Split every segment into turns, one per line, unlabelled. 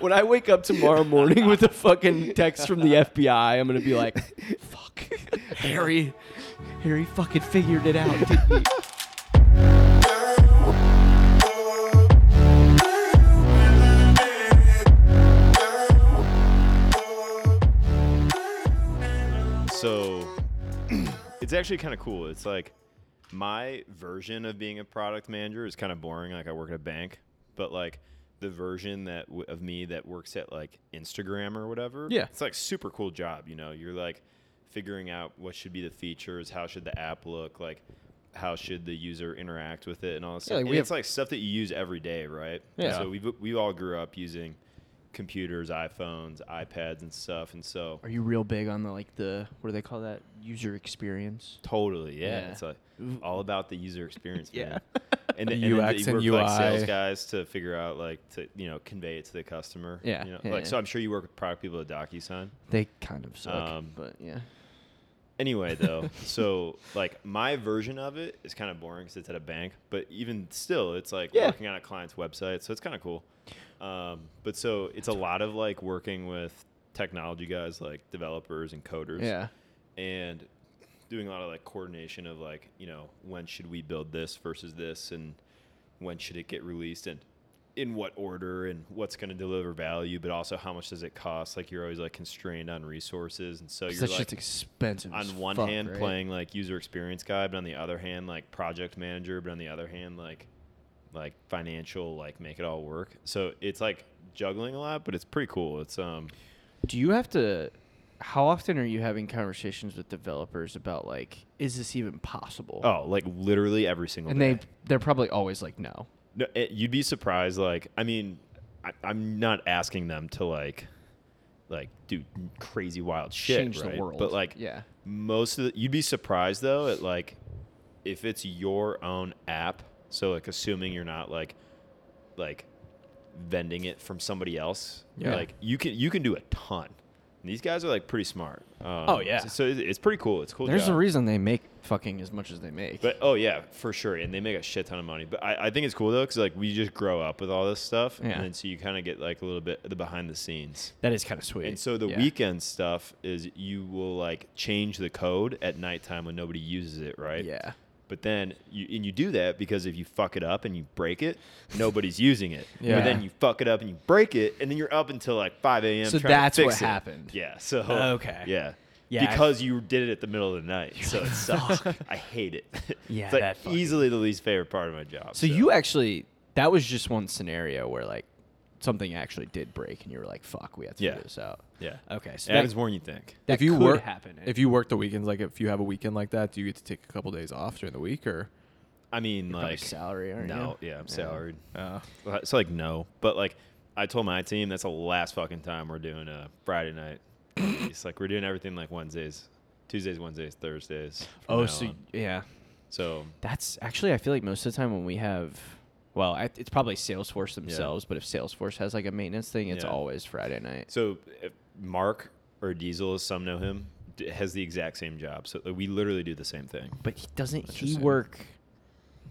when I wake up tomorrow morning with a fucking text from the FBI, I'm gonna be like, "Fuck, Harry, Harry fucking figured it out." Didn't he?
So it's actually kind of cool. It's like my version of being a product manager is kind of boring. Like I work at a bank, but like the version that w- of me that works at like Instagram or whatever.
Yeah.
it's like super cool job. You know, you're like figuring out what should be the features, how should the app look, like how should the user interact with it, and all this
Yeah,
stuff.
like,
And
we
it's
have-
like stuff that you use every day, right?
Yeah.
So we we all grew up using computers, iPhones, iPads, and stuff, and so
Are you real big on the like the what do they call that user experience?
Totally, yeah.
Yeah.
It's like all about the user experience,
Yeah.
man. And,
The
then- and then
UX
you
and
work with, like sales
UI.
guys to figure out like to you know convey it to the customer.
Yeah,
you know?
yeah,
like
yeah.
so, I'm sure you work with product people at DocuSign.
They kind of suck,
Um,
but yeah.
Anyway, though, so like my version of it is kind of boring because it's at a bank, but even still, it's like
Yeah.
working on a client's website, so it's kind of cool. Um, but so it's a lot of like working with technology guys, like developers and coders.
Yeah.
and doing a lot of like coordination of like you know when should we build this versus this and when should it get released and in what order and what's going to deliver value but also how much does it cost like you're always like constrained on resources and so
'Cause
you're
that
like
shit's expensive. as
on one
fuck,
hand
right?
playing like user experience guy but on the other hand like project manager but on the other hand like like financial like make it all work so it's like juggling a lot but it's pretty cool it's um
Do you have to? How often are you having conversations with developers about like, is this even possible?
oh like literally every single
and
day.
they they're probably always like, no.
No, it, you'd be surprised. Like, I mean, I, I'm not asking them to like, like do crazy wild shit,
Change the
right?
world.
But like,
Yeah.
most of the, you'd be surprised though at like, if it's your own app. So like, assuming you're not like, like, vending it from somebody else.
Yeah.
Like you can you can do a ton. And these guys are like pretty smart. Um,
Oh, yeah.
So, so it's, it's pretty cool. It's a cool.
There's
job.
a reason they make fucking as much as they make.
But oh yeah, for sure, and they make a shit ton of money. But I, I think it's cool though, because like we just grow up with all this stuff,
Yeah.
and then so you kind of get like a little bit of the behind the scenes.
That is kind of sweet.
And so the
Yeah.
weekend stuff is you will like change the code at nighttime when nobody uses it, right?
yeah.
But then you and you do that because if you fuck it up and you break it, nobody's using it.
Yeah.
But then you fuck it up and you break it, and then you're up until like five a.m.
So
trying to
that's what
fix it.
happened.
Yeah. So
Okay.
Yeah.
Yeah, I-
Because you did it at the middle of the night, so it sucks. I hate it.
Yeah,
it's like
that fucking-
easily the least favorite part of my job.
So you actually that was just one scenario where like something actually did break and you were like, fuck, we have to
Yeah.
figure this out.
yeah,
Okay, so
it happens
that-
more than you think.
That
if you
could
work,
happen.
if you work the weekends, like if you have a weekend like that, do you get to take a couple days off during the week or?
I mean,
You're probably
like
salary, aren't
no,
you?
yeah, I'm
Yeah. Oh.
salaried.
Uh,
Uh, So like no, but like I told my team that's the last fucking time we're doing a Friday night. it's like we're doing everything like Wednesdays, Tuesdays, Wednesdays, Thursdays. from
Oh,
now
so
on.
yeah.
so
That's actually I feel like most of the time when we have well, I, it's probably Salesforce themselves, but if Salesforce has like a maintenance thing, it's
Yeah.
always Friday night.
so uh, Mark or Diesel, as some know him, d- has the exact same job. So we literally do the same thing.
But he doesn't he
Interesting.
work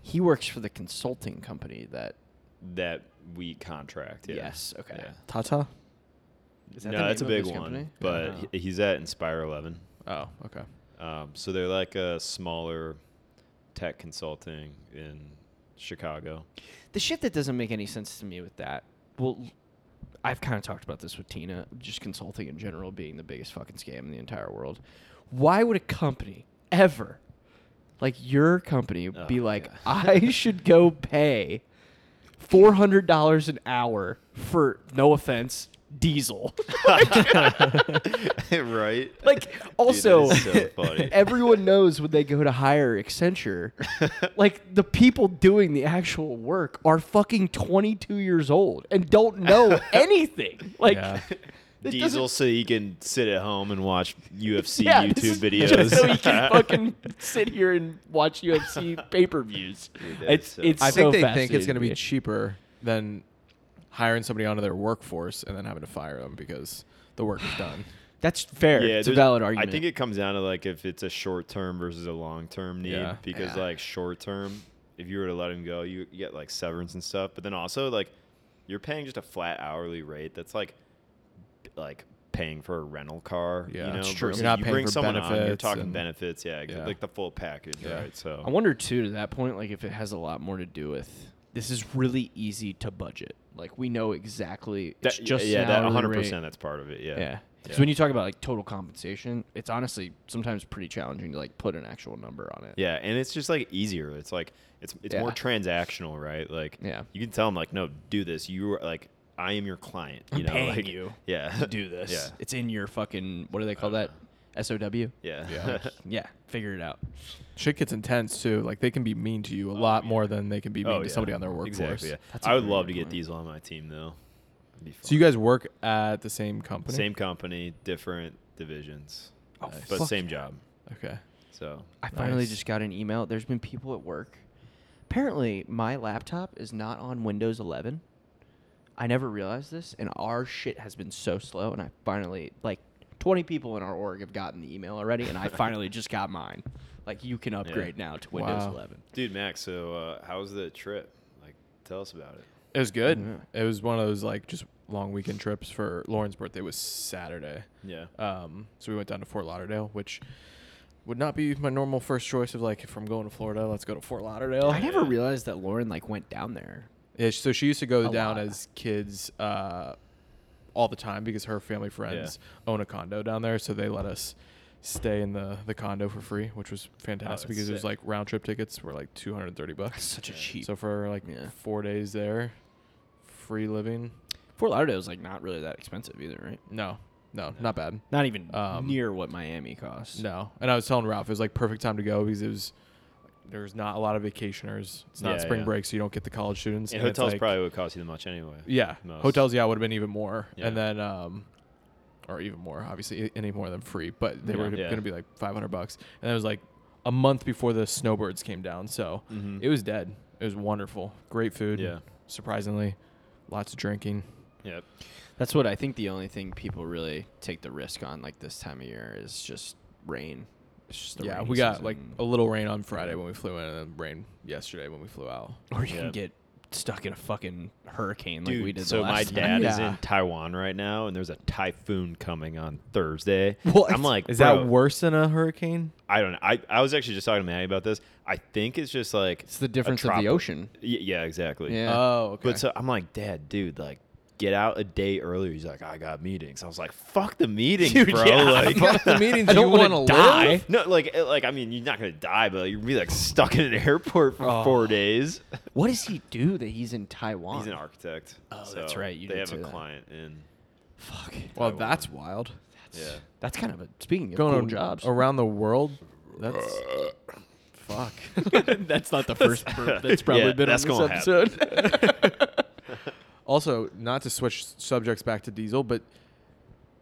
he works for the consulting company that
that we contract. Yeah.
Yes, okay.
Yeah.
Tata.
Is that
no,
the
that's a
name of
big
his
one.
company? Oh.
But
Yeah.
he- he's at Inspire Eleven.
Oh, okay.
Um, so they're like a smaller tech consulting in Chicago.
the shit that doesn't make any sense to me with that. Well, I've kind of talked about this with Tina, just consulting in general being the biggest fucking scam in the entire world. Why would a company ever, like your company, be
Oh,
like,
yeah.
I should go pay four hundred dollars an hour for no offense, diesel.
right?
like also
is so funny.
everyone knows when they go to hire Accenture, like the people doing the actual work are fucking 22 years old and don't know anything. Like
Yeah.
it
Diesel,
doesn't-
so he can sit at home and watch UFC
yeah, this
YouTube
is
videos.
just so he can fucking sit here and watch UFC pay-per-views.
that's
It's
so-
it's
I
so
think they think it's going
fascinating
to be
me.
cheaper than hiring somebody onto their workforce and then having to fire them because the work is done.
That's fair.
yeah,
it's a
there's-
valid argument.
I think it comes down to like if it's a short term versus a long term need.
Yeah.
Because
Yeah.
like short term, if you were to let him go, you, you get like severance and stuff. But then also like you're paying just a flat hourly rate that's like like paying for a rental car.
Yeah.
you know,
It's true.
versus
You're not
you
paying
bring
for
someone on, you're
benefits
talking
and-
benefits, yeah, ex-
Yeah.
like the full package,
Yeah.
right? So
I wonder too to that point, like if it has a lot more to do with this is really easy to budget. Like we know exactly it's
that,
just
yeah, that
hourly
100
rate.
percent that's part of it. Yeah,
Yeah. Because when you talk about like total compensation, it's honestly sometimes pretty challenging to like put an actual number on it.
Yeah, and it's just like easier. It's like it's it's more
Yeah.
transactional, right? Like
Yeah.
you can tell them like, no, do this. You are like, I am your client. You
I'm
know,
paying
like,
you
Yeah,
To do this.
Yeah,
It's in your fucking what do they call that? SOW?
yeah.
Yeah.
Yeah. Figure it out.
Shit gets intense too. Like they can be mean to you a lot more than they can be mean
Oh,
to
yeah.
somebody on their workforce.
Exactly. Yeah.
That's a
I would
very
love
good
to get
point.
these on my team though. It'd be
So you
fun.
guys work at the same company?
same company, different divisions, uh,
Oh,
but
fuck
same
yeah.
job.
Okay.
So
I finally
Nice.
just got an email. There's been people at work. Apparently, my laptop is not on Windows 11. I never realized this, and our shit has been so slow. And I finally, like, 20 people in our org have gotten the email already, and I finally just got mine. Like, you can upgrade now to Windows
Wow.
11.
Dude, Max. So, uh, how was the trip? Like, tell us about it.
It was good.
Yeah.
It was one of those like just long weekend trips for Lauren's birthday was Saturday.
Yeah.
Um, so we went down to Fort Lauderdale, which would not be my normal first choice of like if I'm going to Florida, let's go to Fort Lauderdale.
I never realized that Lauren, like, went down there.
Yeah, so she used to
A
go down
lot.
as kids uh, all the time because her family friends own a condo down there, so they let us stay in the, the condo for free, which was
Oh,
fantastic
that's
because it was
sick.
like round trip tickets were like two hundred and thirty bucks.
Such a cheap.
So for like
Yeah.
four days there, free living.
Fort Lauderdale's, like, not really that expensive either, right?
No, no, not bad.
Not even
Um,
near what Miami costs.
No, and I was telling Ralph it was like perfect time to go because it was there's not a lot of vacationers. It's not
Yeah,
spring
yeah.
break, so you don't get the college students.
And
and it's,
hotels
like-
probably would cost you that much anyway.
yeah
Most.
hotels yeah would have been even more
Yeah.
and then um or even more obviously i- any more than free but they
Yeah.
were
Yeah.
gonna be like 500 bucks and it was like a month before the snowbirds came down so
Mhm.
it was dead it was wonderful great food
Yeah.
surprisingly lots of drinking
Yep.
That's what I think the only thing people really take the risk on like this time of year is just rain. It's just the
yeah
rainy
we got
season.
like a little rain on friday when we flew in and then rain yesterday when we flew out
or you
Yeah.
can get stuck in a fucking hurricane like
Dude,
we did.
so
the
my
last
dad
time.
is
Yeah.
in Taiwan right now, and there's a typhoon coming on Thursday.
What?
I'm like,
is
"Bro,
that worse than a hurricane
I don't know. I, I was actually just talking to Maddie about this. I think it's just like
It's the
a
difference of the
tropic-
ocean.
Y- yeah, exactly.
Yeah.
oh okay
But so I'm like, Dad, dude, like, get out a day earlier. He's like, I got meetings. I was like, fuck the meetings,
Dude,
bro.
yeah.
Like,
Fuck the meetings
I
you
don't wanna
wanna
die.
live?
no, like, eh, like I mean, you're not gonna die, but you're gonna be like stuck in an airport for
Oh.
four days.
What does he do that he's in Taiwan?
He's an architect.
Oh,
so
that's right, you
they
did
have a
say that.
client in.
Fuck.
well that's wild
Yeah.
That's kind of a speaking of
Oh. going
cool
on
jobs.
around the world that's
fuck. that's not the first burp that's probably
Yeah,
been
that's
on
gonna
this episode.
Also, not to switch s- subjects back to Diesel, but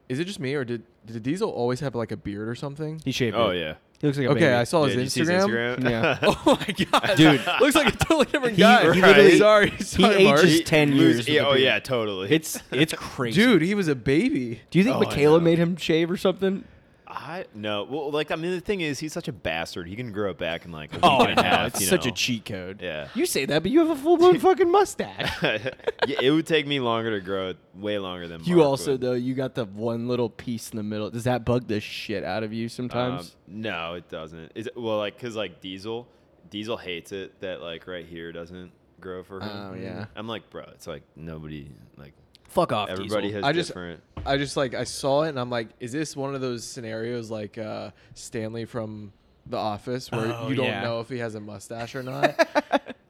is it just me or did did Diesel always have like a beard or something?
he shaved.
Oh
it.
yeah.
He looks like a
okay,
baby.
I saw
Yeah, did you
his
see his
Instagram.
Instagram?
Yeah.
oh my god,
Dude.
looks like a totally different
He-
guy.
he literally-
sorry,
he
sorry, Mark.
ages- Just 10
Lose-
years with
Yeah,
a
oh
beard.
yeah, totally.
It's it's crazy.
Dude, he was a baby.
do you think
Oh, I
Michaela
know.
made him shave or something?
I no. Well, like I mean, the thing is, he's such a bastard. He can grow it back in like a week
Oh,
and a half.
it's
you
such a
know?
cheat code.
Yeah.
You say that, but you have a full blown fucking mustache.
yeah, it would take me longer to grow it, way longer than
you
Mark
also
would.
though, you got the one little piece in the middle. Does that bug the shit out of you sometimes?
Um, no, it doesn't. Is it, well, like because like Diesel, Diesel hates it that like right here doesn't grow for him.
Oh, yeah.
I'm like, bro, it's like nobody like
Fuck off,
everybody
Diesel.
has
I just-
different.
I just like I saw it and I'm like, is this one of those scenarios like uh, Stanley from The Office where
Oh,
you don't
yeah.
know if he has a mustache or not?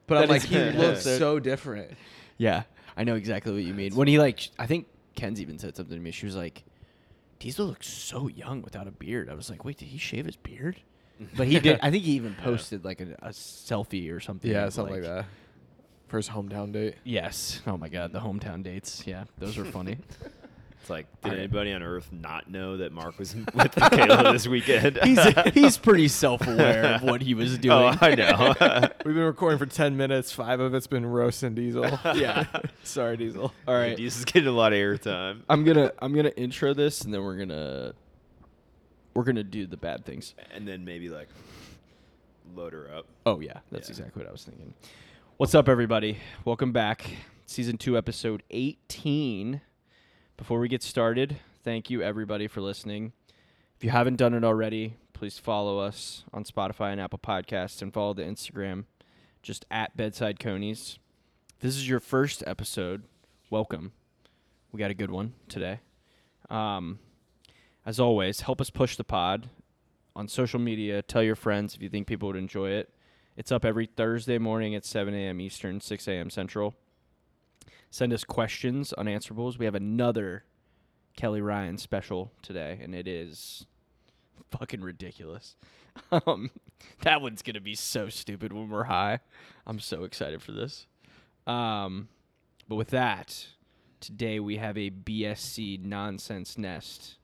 But I'm
That is
like, he
good.
looks
Yeah.
so different.
Yeah, I know exactly what you mean. When he like, sh- I think Ken's even said something to me. She was like, "Diesel looks so young without a beard." I was like, "Wait, did he shave his beard?" But he did. I think he even posted like a, a selfie or something.
Yeah,
of,
something like that. First hometown date.
Yes. Oh my god, the hometown dates. Yeah, those were funny.
It's like, did
All right.
anybody on Earth not know that Mark was with Michaela this weekend?
he's he's pretty self aware of what he was doing.
oh, I know.
We've been recording for 10 minutes. Five of it's been roasting Diesel.
yeah.
Sorry, Diesel.
All right.
Diesel's getting a lot of airtime.
I'm gonna I'm gonna intro this and then we're gonna we're gonna do the bad things.
and then maybe like load her up.
Oh yeah, that's
Yeah.
exactly what I was thinking. What's up, everybody? Welcome back season two, episode 18. Before we get started, thank you everybody for listening. If you haven't done it already, please follow us on Spotify and Apple Podcasts and follow the Instagram just at Bedside Conies. If This is your first episode. Welcome. We got a good one today. Um, as always, help us push the pod on social media. Tell your friends if you think people would enjoy it. It's up every Thursday morning at 7 a.m. Eastern, 6 a.m. Central. Send us questions, unanswerables. We have another Kelly Ryan special today, and it is fucking ridiculous. Um, that one's gonna be so stupid when we're high. I'm so excited for this. Um, but with that, today we have a BSC nonsense nest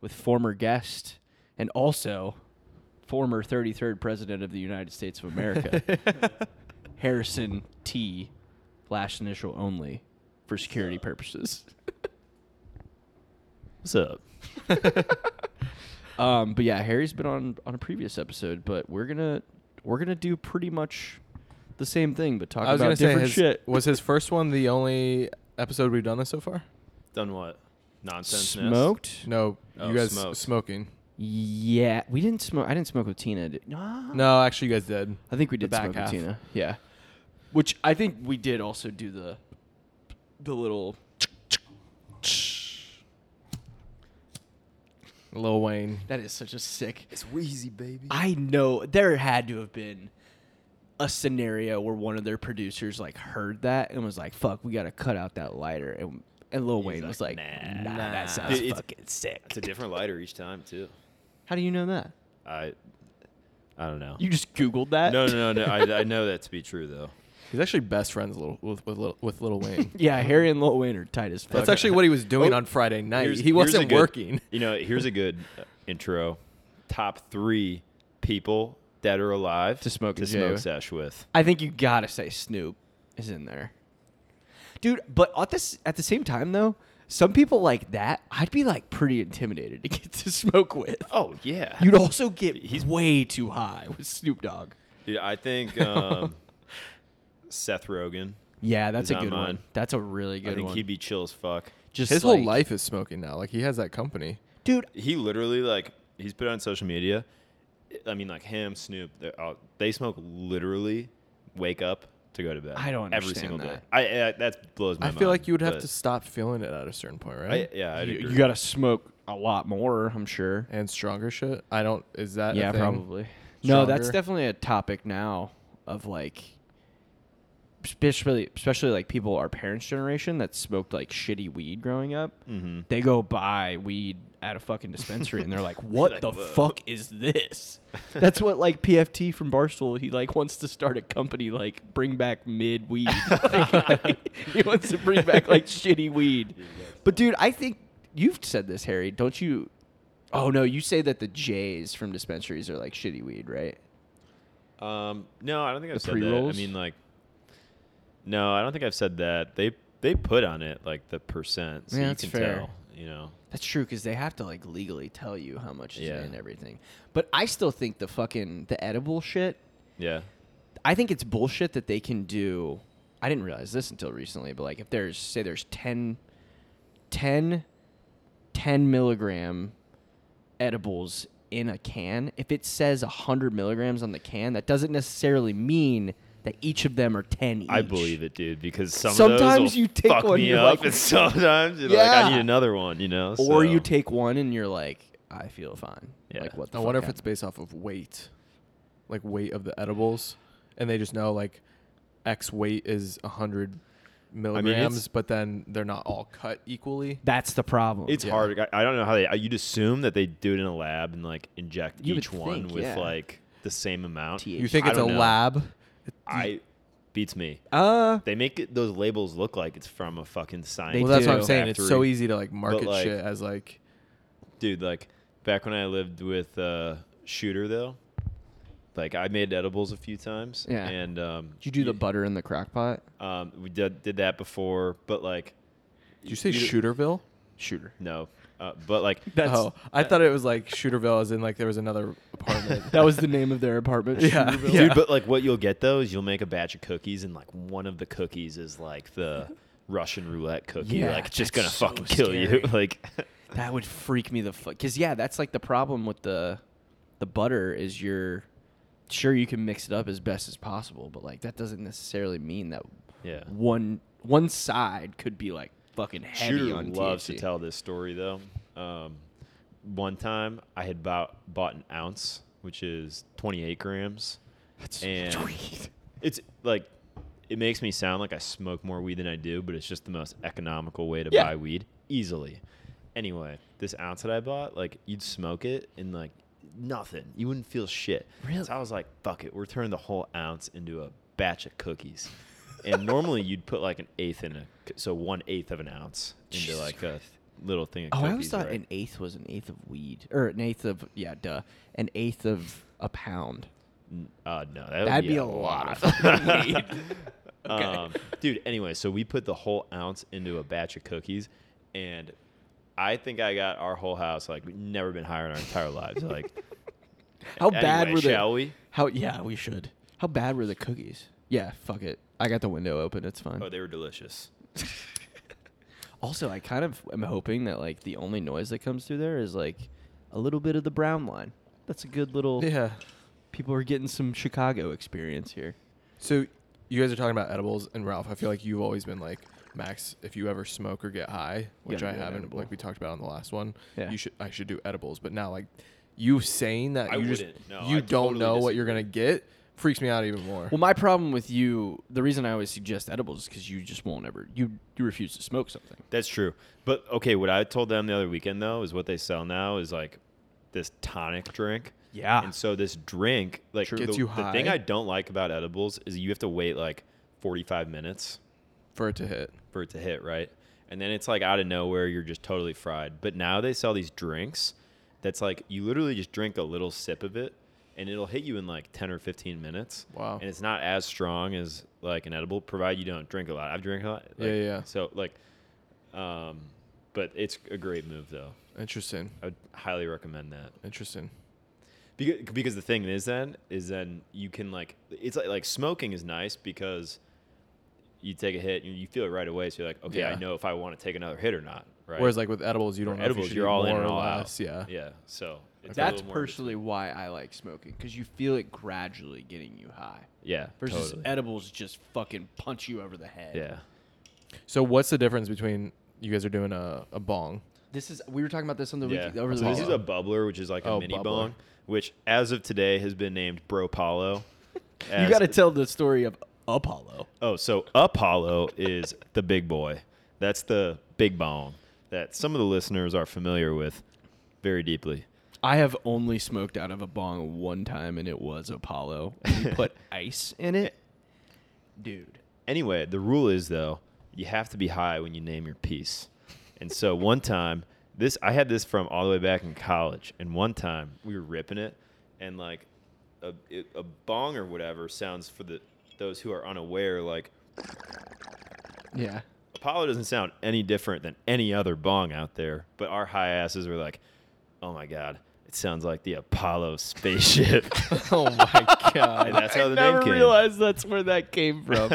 with former guest and also former 33rd president of the United States of America, Harrison T. Last initial only for security purposes.
What's up?
Um, but yeah, Harry's been on on a previous episode, but we're gonna we're gonna do pretty much the same thing, but talk
I was
about
gonna say
different
his,
shit.
was his first one the only episode we've done this so far?
Done what? Nonsense. nest?
smoked?
No,
Oh,
you guys
smoked.
smoking.
Yeah, we didn't smoke. I didn't smoke with Tina. Did, no,
No, actually, you guys did.
I think we
The
did
back
smoke
half.
with Tina. Yeah, which I think we did also do the the little
Lil Wayne.
that is such a sick.
It's wheezy, baby.
I know there had to have been a scenario where one of their producers like heard that and was like, "Fuck, we gotta cut out that lighter." And and Lil Wayne was like,
like,
"Nah,
"Nah,
that sounds
Dude, it's-
fucking sick."
It's a different lighter each time too.
How do you know that?
I, I don't know.
You just Googled that?
no, no, no, no. I, I know that to be true though.
He's actually best friends little, with, with, Lil- with Lil Wayne.
yeah, Harry and Lil Wayne are tight as fuck.
That's actually what he was doing
Oh,
on Friday night.
Here's-
he
here's a
wasn't
good-
working.
You know, here's a good uh, intro. Top three people that are alive
To smoke
to
in jail.
smoke sesh with.
I think you gotta say Snoop is in there, dude. But at this at the same time though, some people like that, I'd be like pretty intimidated to get to smoke with.
Oh yeah.
You'd also get
He's-
way too high with Snoop Dogg.
Dude, I think um, Seth Rogen.
Yeah, that's
He's
a
on
good one.
mine.
That's a really
I
good
think
one.
he'd be chill as fuck.
Just
His whole
like-
life is smoking now. Like he has that company.
dude.
He literally like he's put on social media. I mean, like him, Snoop. they're all- They smoke literally. Wake up to go to bed.
I don't
every
understand
single
that.
day. I, I that blows my
I
mind.
feel like you would have
but
to stop feeling it at a certain point,
I,
right?
yeah, I'd
You,
agree.
you gotta smoke a lot more. I'm sure.
and stronger shit. I don't. Is that a
yeah,
thing?
probably. No, that's
Stronger.
definitely a topic now of like, especially especially like people our parents' generation that smoked like shitty weed growing up.
Mhm.
They go buy weed at a fucking dispensary and they're like, "What
Like,
the
"Whoa."
fuck is this?" That's what like PFT from Barstool. He like wants to start a company like bring back mid weed. Like, he wants to bring back like shitty weed. But dude, I think you've said this, Harry. Don't you? Oh no, you say that the J's from dispensaries are like shitty weed, right?
Um, no, I don't think I've said
pre-rolls?
that. I mean, like, no, I don't think I've said that. They they put on it like the percent, so
Yeah,
you
that's
can
fair.
tell. You know,
That's true because they have to like legally tell you how much is
Yeah.
in everything. But I still think the fucking the edible shit.
yeah,
I think it's bullshit that they can do. I didn't realize this until recently, but like if there's say there's 10, 10, 10 milligram edibles in a can, if it says hundred milligrams on the can, that doesn't necessarily mean that each of them are ten. Each.
I believe it, dude. Because some of
Sometimes
those will
you take
fuck
one,
me
you're
up,
like-
and sometimes you're like,
Yeah.
I need another one. You know,
Or you
so-
take one and you're like, I feel fine.
Yeah.
Like what? The
I
fuck
wonder if
happened?
it's based off of weight, like weight of the edibles, and they just know like X weight is hundred milligrams, but then they're not all cut equally.
That's the problem.
It's
Yeah.
hard. I, I don't know how they. You'd assume that they do it in a lab and like inject
You would
each one
think,
with
yeah.
like the same amount.
THC.
You think
I
it's a
don't know.
lab?
I beats me.
uh
They make it, those labels look like it's from a fucking science.
They
well, that's what
do.
I'm saying. It's so
Factory.
easy to like market
like-
shit as like
dude like back when i lived with uh shooter though like i made edibles a few times
Yeah.
and um
Did you do the butter in the crock pot?
um we did, did that before but like
Did you say
you-
Shooterville?
Shooter.
no Uh, but like,
That's
oh, I thought it was like Shooterville, as in like there was another apartment.
that was the name of their apartment.
Yeah.
Shooterville.
Yeah.
dude, but like, what you'll get though is you'll make a batch of cookies, and like one of the cookies is like the Russian roulette cookie.
Yeah,
like, it's just gonna
that's so
fucking kill you.
scary.
like,
That would freak me the fuck. Cause yeah, that's like the problem with the the butter is you're sure you can mix it up as best as possible, but like that doesn't necessarily mean that
yeah.
one one side could be like fucking heavy
Shooter
on
loves
THC.
to tell this story though. Um, one time I had bought bought an ounce, which is 28 grams, and it's like it makes me sound like I smoke more weed than I do, but it's just the most economical way to
Yeah.
buy weed easily. Anyway, this ounce that I bought, like you'd smoke it and like nothing, you wouldn't feel shit.
Really?
So I was like, fuck it, we're turning the whole ounce into a batch of cookies. and normally you'd put like an eighth in a, so one eighth of an ounce into
Jesus
like a little thing. Of
Oh,
cookies,
I always thought
right?
an eighth was an eighth of weed, or an eighth of yeah, duh, an eighth of a pound.
N- Uh, no, that would
That'd be a lot of fucking weed. Okay.
Um, dude, anyway, so we put the whole ounce into a batch of cookies, and I think I got our whole house like we've never been higher in our entire lives. Like,
How bad
anyway,
were the?
Shall we?
How yeah, we should. How bad were the cookies? Yeah, fuck it. I got the window open. It's fine.
Oh, they were delicious.
Also, I kind of am hoping that like the only noise that comes through there is like a little bit of the brown line. That's a good little.
yeah.
People are getting some Chicago experience here.
So you guys are talking about edibles, and Ralph, I feel like you've always been like Max. If you ever smoke or get high, which
gotta
I
do an
haven't,
edible."
like we talked about on the last one,
Yeah.
you should I should do edibles. But now, like you saying that
I
you just
wouldn't. No,
you
I
don't
totally
know what you're gonna get freaks me out even more.
Well, my problem with you, the reason I always suggest edibles is because you just won't ever you you refuse to smoke something.
That's true. But okay, what I told them the other weekend though is what they sell now is like this tonic drink.
Yeah.
And so this drink like
True.
the,
Gets you
the thing
high.
I don't like about edibles is you have to wait like 45 minutes
for it to hit.
for it to hit, right? And then it's like out of nowhere, you're just totally fried. But now they sell these drinks that's like you literally just drink a little sip of it and it'll hit you in like 10 or 15 minutes.
Wow.
And it's not as strong as like an edible, provided you don't drink a lot. I've drank a lot. like-
Yeah, yeah.
So, like, um, but it's a great move though.
Interesting.
I would highly recommend that.
Interesting.
Because, because the thing is then is then you can like it's like like smoking is nice because you take a hit and you feel it right away. So you're like, okay, I
Yeah.
know if I want to take another hit or not. Right.
Whereas like with edibles, you
For
don't know if
edibles,
you should
you're
eat
all
more
in and
or
all
less.
out.
Yeah.
Yeah. So it's a
That's
little more-
personally why I like smoking because you feel it gradually getting you high.
Yeah.
Versus
totally.
edibles just fucking punch you over the head.
Yeah.
So what's the difference between you guys are doing a, a bong?
This is we were talking about this on the
yeah.
week over the
So this is a
weekend.
bubbler, which is like
Oh,
a mini
bubbler.
bong, which as of today has been named Bro Paulo.
you got to tell the story of Apollo.
Oh, so Apollo is the big boy. That's the big bong that some of the listeners are familiar with very deeply.
I have only smoked out of a bong one time, and it was Apollo. We put ice in it, dude.
Anyway, the rule is though, you have to be high when you name your piece. And so one time, this I had this from all the way back in college. And one time we were ripping it, and like a, it- a bong or whatever sounds for the those who are unaware like
Yeah,
Apollo doesn't sound any different than any other bong out there, but our high asses were like, oh my god, it sounds like the Apollo spaceship.
oh my
and
god.
that's how the
never
name came.
realized that's where that came from.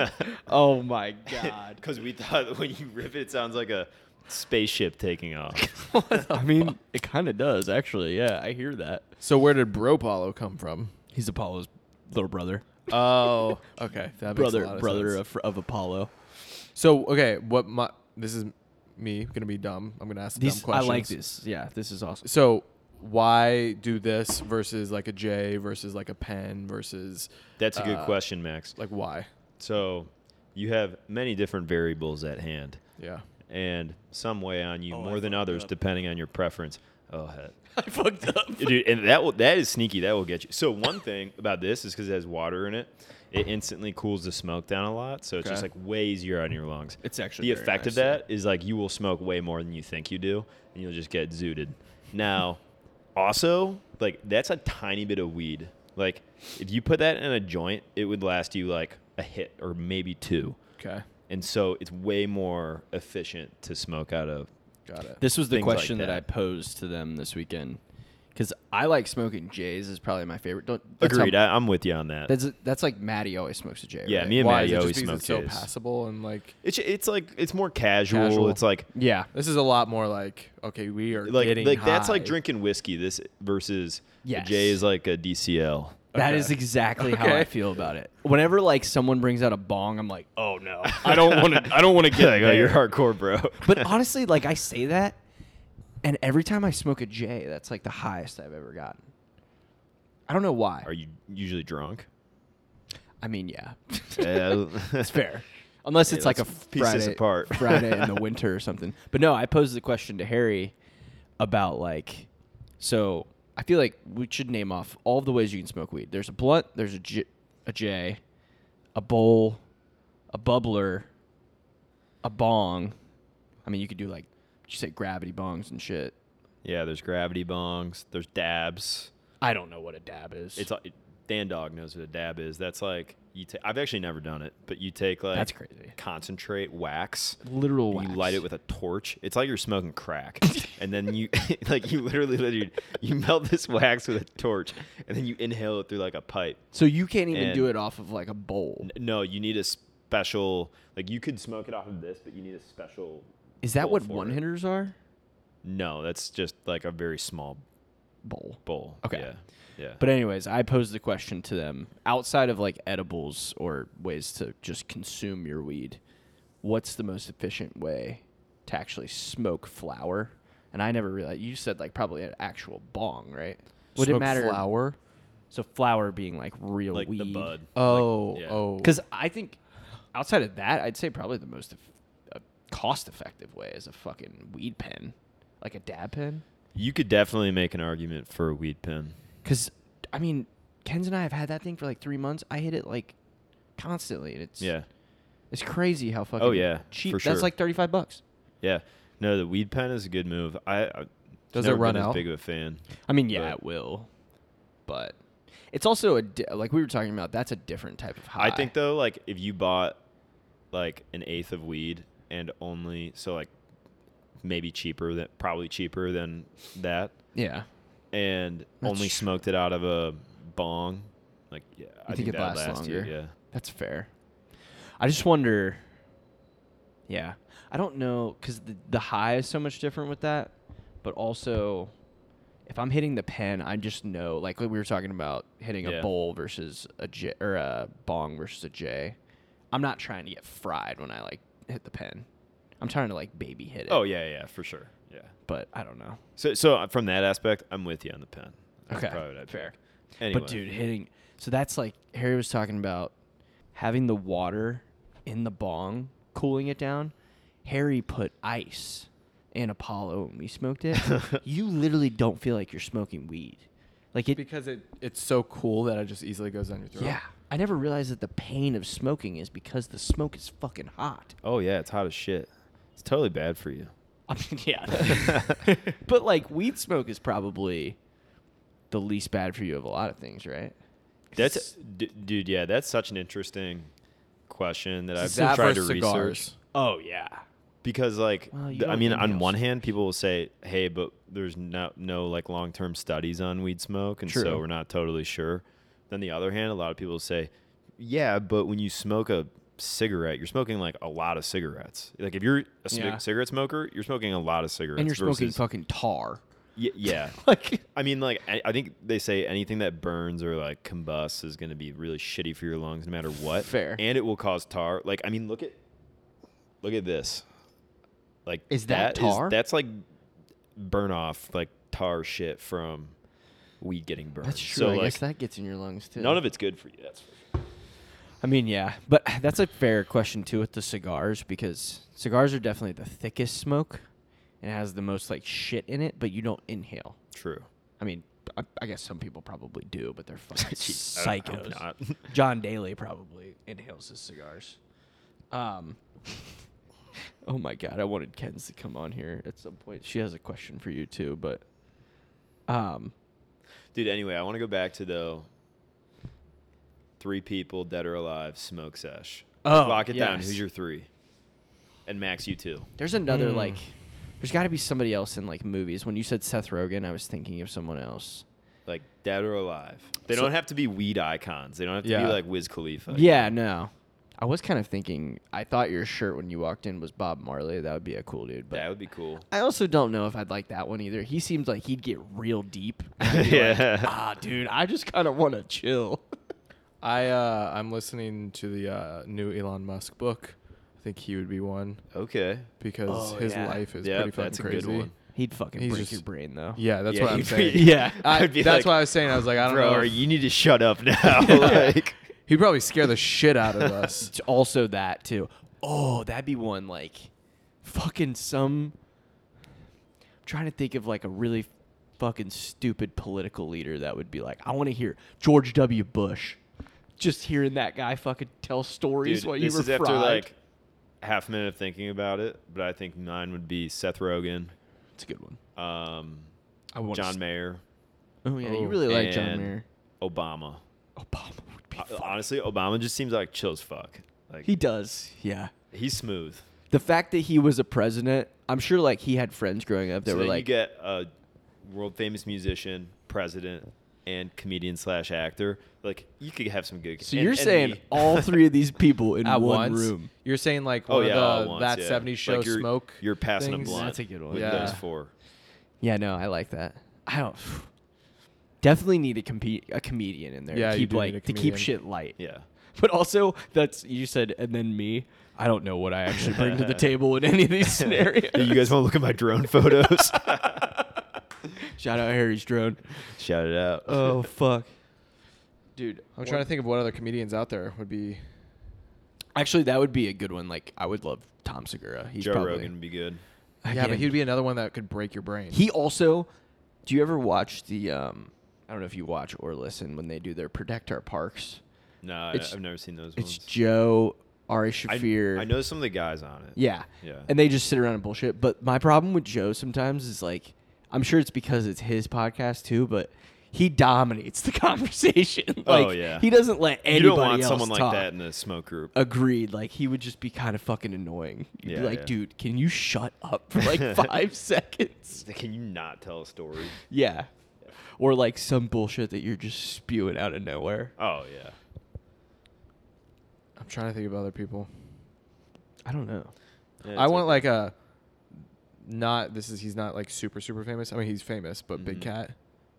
oh my god!
Because we thought that when you rip it, it sounds like a spaceship taking off.
I mean, it kind of does actually. Yeah, I hear that.
So where did Bro Paulo come from?
He's Apollo's little brother,
Oh, okay. That makes a
brother,
lot of
brother
sense.
of, of Apollo.
So okay, what my this is me gonna be dumb. I'm gonna ask
These
dumb
I
questions.
like this. Yeah, this is awesome.
So why do this versus like a J versus like a pen versus
That's a good
Uh,
question, Max.
like why?
So you have many different variables at hand,
Yeah.
and some weigh on you
Oh, I
more than
fucked
others
up.
depending on your preference. Oh, heck.
I fucked up.
dude, and that will, that is sneaky. That will get you. So one thing about this is because it has water in it, it instantly cools the smoke down a lot. So it's just like
Okay.
way easier on your lungs.
It's actually
the
very
effect of
nice, yeah.
that is like you will smoke way more than you think you do, and you'll just get zooted. Now, also like that's a tiny bit of weed. Like if you put that in a joint, it would last you like a hit or maybe two,
Okay.
and so it's way more efficient to smoke out of
Got it.
This was the
Things like
question that. I
that.
posed to them this weekend because I like smoking J's is probably my favorite. Don't, that's how-
Agreed. I, I'm with you on that.
That's that's like Maddie always smokes a J.
Yeah,
right?
me and
Why
Maddie
is it
always
just because
smoke
it's so
J's.
passable and like
It's it's like it's more casual.
Casual.
It's like
Yeah,
this is a lot more like okay we are
like
getting
like that's like
high.
drinking whiskey. This versus the
Yes.
J is like a DCL.
that
Okay.
is exactly how I
Okay.
feel about it. Whenever like someone brings out a bong, I'm like, oh no, I don't want to. I don't want to get
like, oh, you're
there.
hardcore, bro.
But honestly, like I say that, and every time I smoke a J, that's like the highest I've ever gotten. I don't know why.
are you usually drunk?
I mean, yeah,
That's
it's fair. Unless
Yeah,
it's like a
let's piece
Friday,
this apart.
Friday in the winter or something. But no, I posed the question to Harry about like, so I feel like we should name off all the ways you can smoke weed. There's a blunt, there's a J, a, J, a bowl, a bubbler, a bong. I mean, you could do like, you say gravity bongs and shit.
Yeah, there's gravity bongs. There's dabs.
I don't know what a dab is.
It's like Dan Dog knows what a dab is. That's like you. Ta- I've actually never done it, but you take like
That's crazy.
concentrate wax.
literal.
You light it with a torch. It's like you're smoking crack, and then you like you literally, literally you melt this wax with a torch, and then you inhale it through like a pipe.
So you can't even
and-
do it off of like a bowl.
N- No, you need a special like you could smoke it off of this, but you need a special.
Is that
bowl
what
for
one
it.
hitters are?
No, that's just like a very small
Bowl.
bowl.
Okay.
Yeah. Yeah.
But anyways, I posed the question to them outside of like edibles or ways to just consume your weed. What's the most efficient way to actually smoke flower? And I never realized you said like probably an actual bong, right? Would
Smoke
it matter?
flower
So flower being like real
like
weed.
the bud.
oh
yeah.
oh
Because I think outside of that, I'd say probably the most eff- uh, cost-effective way is a fucking weed pen, like a dab pen.
You could definitely make an argument for a weed pen.
Because, I mean, Ken's and I have had that thing for like three months. I hit it like constantly, and it's
Yeah. Oh,
it's crazy how fucking
yeah,
cheap.
for
That's
sure.
like thirty five bucks.
Yeah. No, the weed pen is a good move. I, I
Does it
never
run
been
out?
As big of a fan.
I mean, yeah,
But-
it will, but it's also a di- like we were talking about. That's a different type of high.
I think though, like if you bought like an eighth of weed and only so like maybe cheaper than probably cheaper than that,
yeah,
and
That's
only
true.
smoked it out of a bong, like yeah, I
think it
that'd
lasts
last you,
longer?
yeah.
that's fair. I just wonder. Yeah, I don't know because the the high is so much different with that, but also. If I'm hitting the pen, I just know, like we were talking about hitting
Yeah.
a bowl versus a J or a bong versus a J. I'm not trying to get fried when I like hit the pen. I'm trying to like baby hit it.
Oh yeah, yeah, for sure. Yeah.
but I don't know.
So so uh, from that aspect, I'm with you on the pen. That's
Okay,
probably what I'd
fair.
pick. Anyway,
But dude, hitting so that's like Harry was talking about having the water in the bong, cooling it down. Harry put ice in Apollo and we smoked it. you literally don't feel like you're smoking weed. Like it
because it it's so cool that it just easily goes down your throat
Yeah. I never realized that the pain of smoking is because the smoke is fucking hot.
oh yeah, it's hot as shit. It's totally bad for you.
I mean, yeah. but like weed smoke is probably the least bad for you of a lot of things, right?
That's d- dude, yeah, that's such an interesting question that I've
Is that
tried to
versus
research
cigars?
Oh yeah.
because like
Well, you
th- I
don't
mean
inhale
on one
cigars.
hand people will say, "Hey, but there's no no like long-term studies on weed smoke and
True.
so we're not totally sure." Then the other hand, a lot of people say, "Yeah, but when you smoke a cigarette, you're smoking like a lot of cigarettes. Like if you're a smi-
Yeah.
cigarette smoker, you're smoking a lot of cigarettes
and you're smoking
versus-
fucking tar.
Y- yeah.
Like
I mean, like I, I think they say anything that burns or like combusts is going to be really shitty for your lungs, no matter what.
Fair.
And it will cause tar. Like I mean, look at look at this. Like
Is that tar?
that's like burn off like tar shit from weed getting burned.
that's true.
So
I
like
guess that gets in your lungs too.
none of it's good for you. That's for sure.
I mean, yeah, but that's a fair question too with the cigars because cigars are definitely the thickest smoke and it has the most like shit in it, but you don't inhale.
true.
I mean, I, I guess some people probably do, but they're fucking
Jeez, I- I hope
psychos.
not.
John Daly probably inhales his cigars. Um. oh my god, I wanted Ken's to come on here at some point. She has a question for you too, but um,
Dude, anyway, I want to go back to though. Three people dead or alive smoke sesh.
Oh,
Lock it down.
yes.
Who's your three? And Max, you too.
there's another
Hmm.
like There's got to be somebody else in like movies. When you said Seth Rogen, I was thinking of someone else.
like dead or alive. They
So-
don't have to be weed icons. They don't have to
Yeah.
be like Wiz Khalifa.
yeah, no. I was kind of thinking. I thought your shirt when you walked in was Bob Marley. That would be a cool dude. But
that would be cool.
I also don't know if I'd like that one either. He seems like he'd get real deep. I'd be like,
Yeah.
ah, dude, I just kind of want to chill.
I uh, I'm listening to the uh, new Elon Musk book. I think he would be one
Okay.
because
Oh,
his
yeah.
life is
Yeah,
pretty fucking
that's a
crazy.
good one.
He'd fucking
He's
break
just-
your brain though.
Yeah, that's
Yeah,
what I'm
you'd
saying.
be-
Yeah.
I,
I'd be
that's
like,
why I was saying I was like I don't
Bro,
know.
or
if-
you need to shut up now. like,
He'd probably scare the shit out of us.
It's also that too. Oh, that'd be one like fucking some I'm trying to think of like a really fucking stupid political leader that would be like, I want to hear George W. Bush. Just hearing that guy fucking tell stories
dude,
while you
this
were
is after
fried.
like half a minute of thinking about it, but I think mine would be Seth Rogen,
it's a good one.
um,
I want
John Mayer,
Oh yeah, you
Oh,
really like John
and
Mayer.
Obama.
Obama would be.
Uh,
fucking-
Honestly, Obama just seems like chill as fuck. Like
he does. Yeah.
he's smooth.
The fact that he was a president, I'm sure like he had friends growing up that
so
were
then
like,
you get a world famous musician, president, and comedian slash actor. Like you could have some good.
so
and-
you're
and
saying
me.
all three of uh, these people in
at
one
once.
room.
You're saying like
Oh
one
yeah, all
of
at
the
once,
that
yeah.
70s show
Like, you're-
smoke.
You're passing
things?
a blunt.
That's a good one.
With
Yeah.
those four.
Yeah, no, I like that. I don't. Definitely need a compete a comedian in there.
Yeah,
to
you
keep
do need
like
a
to keep
comedian.
shit light.
Yeah.
But also, that's you said, and then me. I don't know what I actually bring to the table in any of these scenarios.
Hey, you guys want to look at my drone photos?
Shout out Harry's drone.
Shout it out.
Oh fuck, dude.
I'm trying to think of what other comedians out there would be.
Actually, that would be a good one. Like, I would love Tom Segura. He's
Joe
probably,
Rogan would be good.
Yeah, but
Again.
he'd be another one that could break your brain.
He also. Do you ever watch the? um I don't know if you watch or listen when they do their protect our parks.
No, I,
It's-
I've never seen those
It's
ones.
Joe Ari
I,
Shafir.
I know some of the guys on it.
Yeah.
Yeah.
And they just sit around and bullshit. But my problem with Joe sometimes is like, I'm sure it's because it's his podcast too, but he dominates the conversation. like,
Oh, yeah.
He doesn't let
you
anybody
don't want
else
someone
talk.
like that in the smoke group.
Agreed. Like he would just be kind of fucking annoying. You'd
Yeah,
be like,
yeah.
dude, can you shut up for like five seconds?
Can you not tell a story?
Yeah. Or like some bullshit that you're just spewing out of nowhere.
Oh yeah.
I'm trying to think of other people.
I don't know.
Yeah,
I
it's
want
okay.
like a not this is he's not like super super famous. I mean he's famous, but Big
Mhm.
Cat.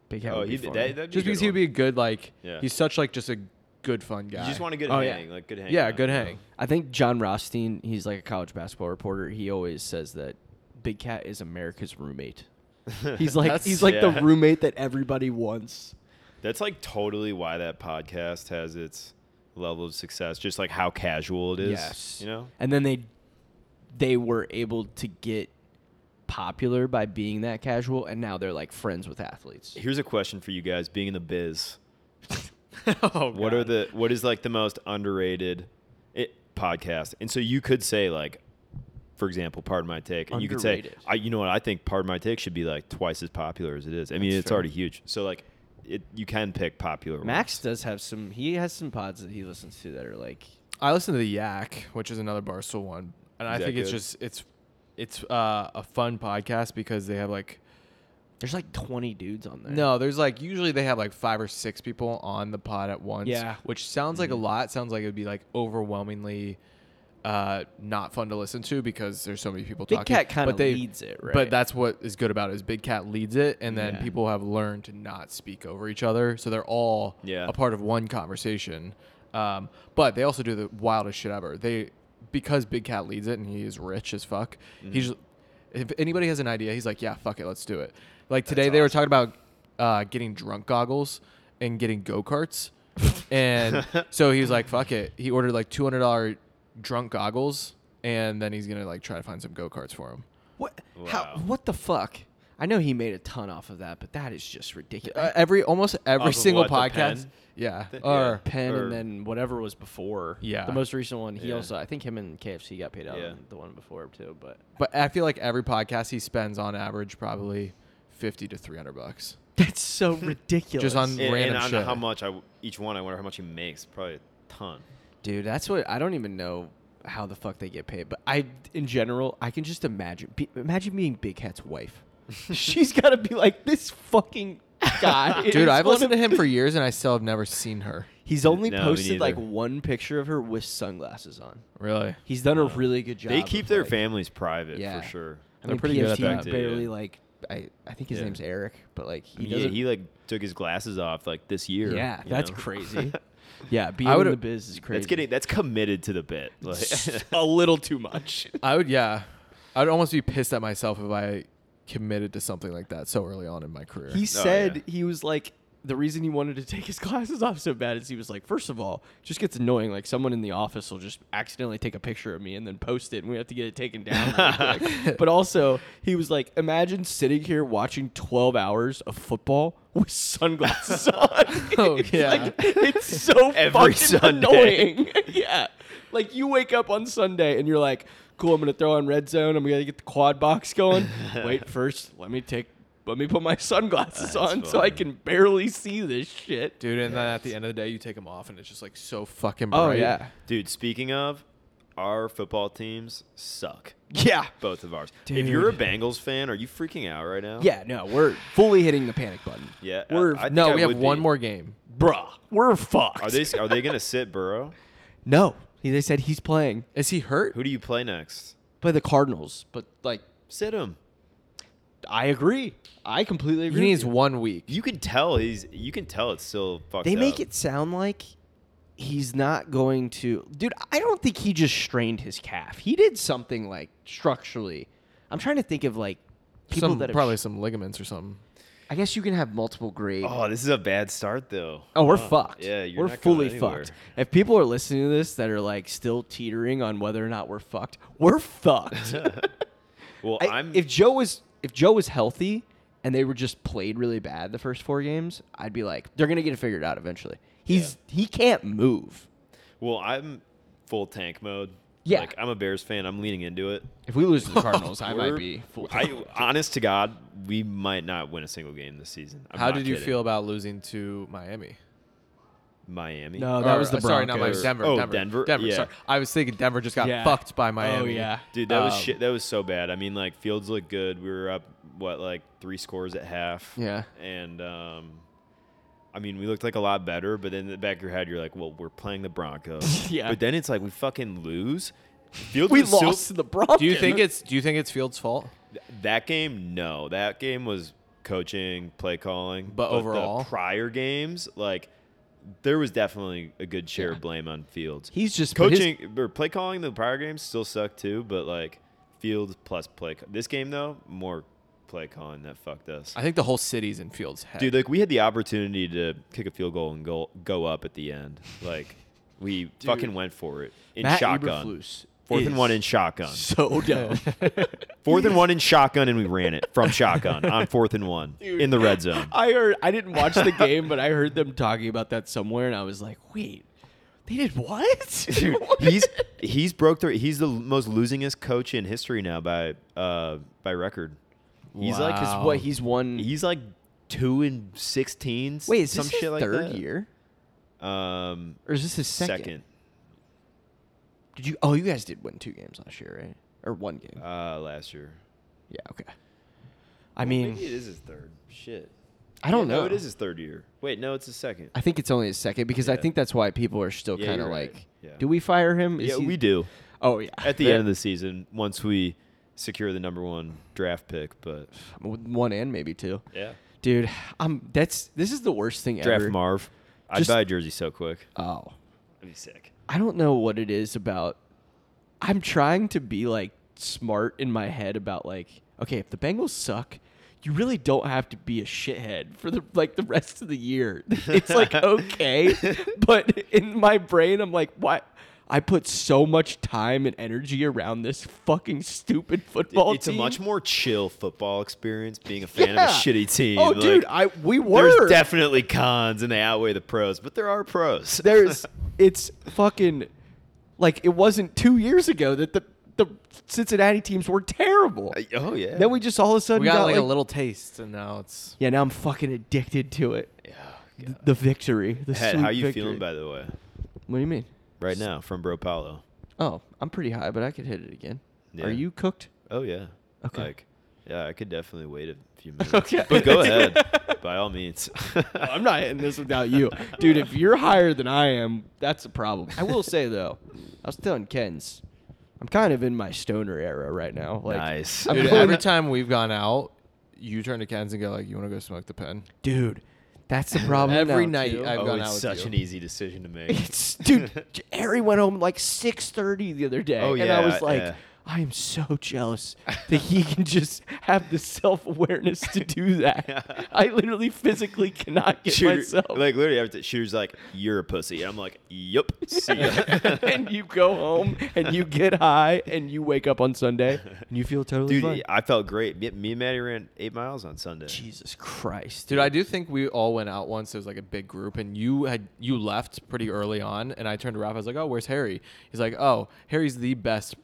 Big Cat
Oh,
would be
he'd-
fun.
that- that'd be a
Just
good
because he would
one.
be a good like
Yeah.
he's such like just a good fun guy.
You just want a good
Oh, yeah.
hang, like good hang.
Yeah,
out,
good
you know?
hang.
I think John Rothstein, he's like a college basketball reporter. He always says that Big Cat is America's roommate. He's like
That's-
he's like
yeah.
the roommate that everybody wants.
That's like totally why that podcast has its level of success. Just like how casual it is. You know.
And then they they were able to get popular by being that casual and now they're like friends with athletes.
Here's a question for you guys: Being in the biz,
oh,
what are the what is like the most underrated it, podcast? And so you could say like, for example, part of my take, and you could
Underrated.
say, I, you know what, I think part of my take should be like twice as popular as it is. I mean,
That's
it's
fair.
already huge. So like, it you can pick popular.
Max
ones.
does have some he has some pods that he listens to that are like
I listen to the Yak, which is another Barstool one, and
Is
I
that
think it's
good?
just it's it's uh, a fun podcast because they have like
there's like 20 dudes on there.
no, there's like usually they have like five or six people on the pod at once.
Yeah. Mm-hmm.
which sounds like a lot. Sounds like it would be like overwhelmingly uh, not fun to listen to because there's so many people
Big
talking.
Cat kinda
But they-
leads it, right?
But that's what is good about it is Big Cat leads it, and then
Yeah.
people have learned to not speak over each other, so they're all
Yeah.
a part of one conversation. Um, but they also do the wildest shit ever. They because Big Cat leads it and he is rich as fuck. He's
Mm-hmm.
if anybody has an idea, he's like, yeah, fuck it, let's do it. Like today, they were talking about uh, getting drunk goggles and getting go karts, and so he was like, fuck it. He ordered like two hundred dollar drunk goggles, and then he's gonna like try to find some go karts for him.
What? How?
Wow.
What the fuck? I know he made a ton off of that, but that is just ridiculous.
Uh, every almost every
Off of
single
what, the
podcast.
pen?
Yeah.
Th-
or
Penn
or-
and then whatever was before.
Yeah.
The most recent one. He
Yeah.
also, I think, him and KFC got paid out
Yeah.
on the one before too. But
but I feel like every podcast he spends on average probably 50 to 300 bucks.
that's so ridiculous.
Just on-
and,
random
and on
shit.
how much I each one. I wonder how much he makes. Probably a ton.
dude, that's what I don't even know how the fuck they get paid, but I, in general, I can just imagine. Be, imagine being Big Hat's wife. She's got to be like this fucking guy.
Dude,
is
I've
one
listened
of-
to him for years and I still have never seen her.
He's only
No, me
posted like
neither.
one picture of her with sunglasses on.
Really?
He's done a really good job.
They keep
of,
their
like-
families private
Yeah.
for sure.
I
They're
mean,
pretty good at
PFT
that.
Barely
Yeah.
like I, I think his
Yeah.
name's Eric, but like
I
he
mean, yeah,
doesn't.
he like took his glasses off like this year.
yeah,
you
that's
know?
crazy. yeah, being
would-
in the biz is crazy.
That's getting that's committed to the bit. Like,
a little too much.
I would, yeah. I'd almost be pissed at myself if I committed to something like that so early on in my career. Oh,
He said
yeah.
he was like the reason he wanted to take his glasses off so bad is he was like, first of all, it just gets annoying. Like someone in the office will just accidentally take a picture of me and then post it, and we have to get it taken down. really quick. but also, he was like, imagine sitting here watching twelve hours of football with sunglasses on.
Oh,
It's
yeah.
like, it's so
Every
fucking
Sunday.
annoying. yeah, like you wake up on Sunday and you're like. Cool. I'm gonna throw on red zone. I'm gonna get the quad box going. Wait, first, let me take, let me put my sunglasses
That's
on so I
funny.
can barely see this shit.
Dude, and then at the end of the day, you take them off and it's just like so fucking bright.
Oh yeah,
Dude, speaking of, our football teams suck.
yeah,
Both of ours. If you're a
Dude.
Bengals fan, are you freaking out right now?
yeah. No, we're fully hitting the panic button.
Yeah. I-
we're
I think
No,
I
we have
would
one
be.
more game.
bruh, we're fucked.
Are they are they gonna sit Burrow?
No, he, they said he's playing
Is he hurt?
Who do you play next?
by the Cardinals, but like,
Sit him.
I agree. I completely
He
agree.
needs
with you.
one week.
You can tell he's. You can tell it's still fucked.
They make
up.
it sound like he's not going to. Dude, I don't think he just strained his calf. He did something like structurally. I'm trying to think of like people
some
that have
probably some ligaments or something.
I guess you can have multiple grade. Oh,
Oh, this is a bad start though.
we're
Oh,
fucked.
Yeah, you're
we're
not going
fully
anywhere.
fucked. If people are listening to this that are like still teetering on whether or not we're fucked, we're fucked.
Well,
I,
I'm.
if Joe was if Joe was healthy and they were just played really bad the first four games, I'd be like, they're gonna get it figured out eventually. He's he can't move.
well, I'm full tank mode.
Yeah.
Like I'm a Bears fan. I'm leaning into it.
If we lose to the Cardinals, I might
Oh, We're-
be. Full
I honest to God, we might not win a single game this season. I'm
How
not
did you
kidding.
feel about losing to Miami?
Miami?
No, Oh, that
Or,
was the
uh, sorry, not Miami.
Broncos.
Denver.
Oh,
Denver.
Denver?
Denver.
Yeah.
Sorry, I was thinking Denver just got
Yeah.
fucked by Miami.
Oh yeah.
Dude, that was
Um,
shit. That was so bad. I mean, like Fields looked good. We were up what like three scores at half.
Yeah.
and um, I mean, we looked like a lot better. But then in the back of your head, you're like, well, we're playing the Broncos.
Yeah.
But then it's like we fucking lose. Fields
We
was still-
lost to the Broncos.
Do you think it's Do you think it's Fields' fault?
that game. No, that game was coaching, play calling.
But
the
overall?
prior games, like there was definitely a good share of blame on Fields.
he's just but his-
coaching or play calling the prior games still suck too, but like field plus play. This game though, more play calling that fucked us.
I think the whole city's in Fields' head.
Dude, like we had the opportunity to kick a field goal and go go up at the end. Like we fucking went for it in
Matt
shotgun.
Eberflus
Fourth
is
and one in shotgun.
so dumb.
Fourth and one in shotgun, and we ran it from shotgun on fourth and one in the red zone.
I heard I didn't watch the game, but I heard them talking about that somewhere, and I was like, wait, they did what?
Dude,
What?
he's he's broke through. He's the most losingest coach in history now by uh by record. He's like his
Wow.
what? He's won.
He's like two and sixteen.
wait, is
some
this
shit
his
like
third
that.
year,
Um,
or is this his second?
second.
Did you? Oh, you guys did win two games last year, right? Or one game?
uh, last year.
yeah. Okay. I mean,
it is his third. Shit.
I don't
Yeah,
know.
No, it is his third year. Wait, no, it's his second.
I think it's only his second because I
Yeah.
think that's why people are still
Yeah,
kind of
you're right.
like,
Yeah.
do we fire him? Is
yeah,
he-
we do
Oh yeah.
at the end of the season once we secure the number one draft pick. But
one and maybe two.
yeah,
Dude, I'm. That's this is the worst thing
draft
ever.
Marv. I'd
Just-
buy a jersey so quick.
Oh,
That'd be sick.
I don't know what it is about. I'm trying to be like smart in my head about like, okay, if the Bengals suck, you really don't have to be a shithead for the like the rest of the year. It's like okay, but in my brain, I'm like, why? I put so much time and energy around this fucking stupid football
it's
team.
a much more chill football experience being a fan
Yeah.
of a shitty team.
Oh,
Like,
dude, I we were
There's definitely cons and they outweigh the pros, but there are pros. Uh,
there's it's fucking like it wasn't two years ago that the the Cincinnati teams were terrible.
oh yeah.
Then we just all of a sudden
we got,
got,
like, a little taste, and now it's
Yeah, now I'm fucking addicted to it. Th- the victory. The
Head,
sweet
how you
victory.
feeling by the way
What do you mean?
right now from Bro Paolo?
oh, I'm pretty high, but I could hit it again.
Yeah.
Are you cooked?
Oh yeah.
Okay.
Like, yeah, I could definitely wait a few minutes.
Okay.
But go ahead, by all means.
I'm not hitting this without you. Dude, if you're higher than I am, that's a problem. I will say though, I was telling Ken's, I'm kind of in my stoner era right now. Like
nice.
I'm
Dude,
going
every
to-
time we've gone out, you turn to Ken's and go like, "You want to go smoke the pen?"
dude, that's the problem.
Every
now,
night
too.
I've
oh,
gone
it's
out with
such
you.
an easy decision to make.
It's dude. Harry went home like six thirty the other day,
Oh,
and I
yeah,
was like,
yeah.
I am so jealous that he can just have the self awareness to do that. I literally physically cannot get
Shooter-
myself.
Like literally, every t- shooter's like, "You're a pussy." And I'm like, "Yup." See ya.
and you go home and you get high and you wake up on Sunday and you feel totally
Dude,
fine.
I felt great. Me, me and Maddie ran eight miles on Sunday.
Jesus Christ,
Dude, I do think we all went out once. It was like a big group, and you had you left pretty early on, and I turned to Ralph. I was like, "Oh, where's Harry?" He's like, "Oh, Harry's the best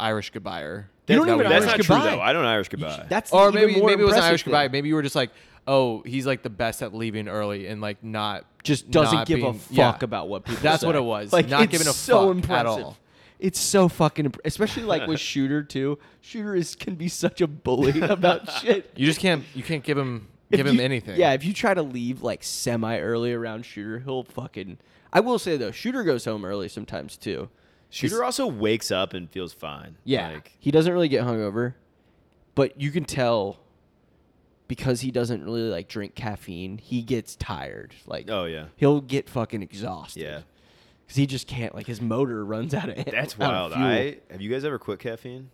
Irish goodbyer."
You don't
how
even
we
Irish
That's
met.
not
goodbye.
true though. I don't Irish goodbye.
That's the
or
even
maybe
more
maybe it was an
impressive
Irish goodbye.
thing.
Maybe you were just like, "Oh, he's like the best at leaving early and like not
just doesn't
not
give a
being-
fuck
yeah.
about what people.
That's
say.
what it was. Not
it's
giving a
so
fuck at
impressive.
all.
It's so fucking, imp- especially like with Shooter too. Shooter is can be such a bully about shit.
You just can't you can't give him
If
give him
you-
anything.
Yeah, if you try to leave like semi early around Shooter, he'll fucking. I will say though, Shooter goes home early sometimes too.
Shooter also wakes up and feels fine.
Yeah,
Like,
he doesn't really get hungover, but you can tell because he doesn't really like drink caffeine. He gets tired. Like,
oh yeah.
he'll get fucking exhausted.
Yeah.
because he just can't. Like his motor runs out of
That's
out
wild.
Of fuel.
I have you guys ever quit caffeine?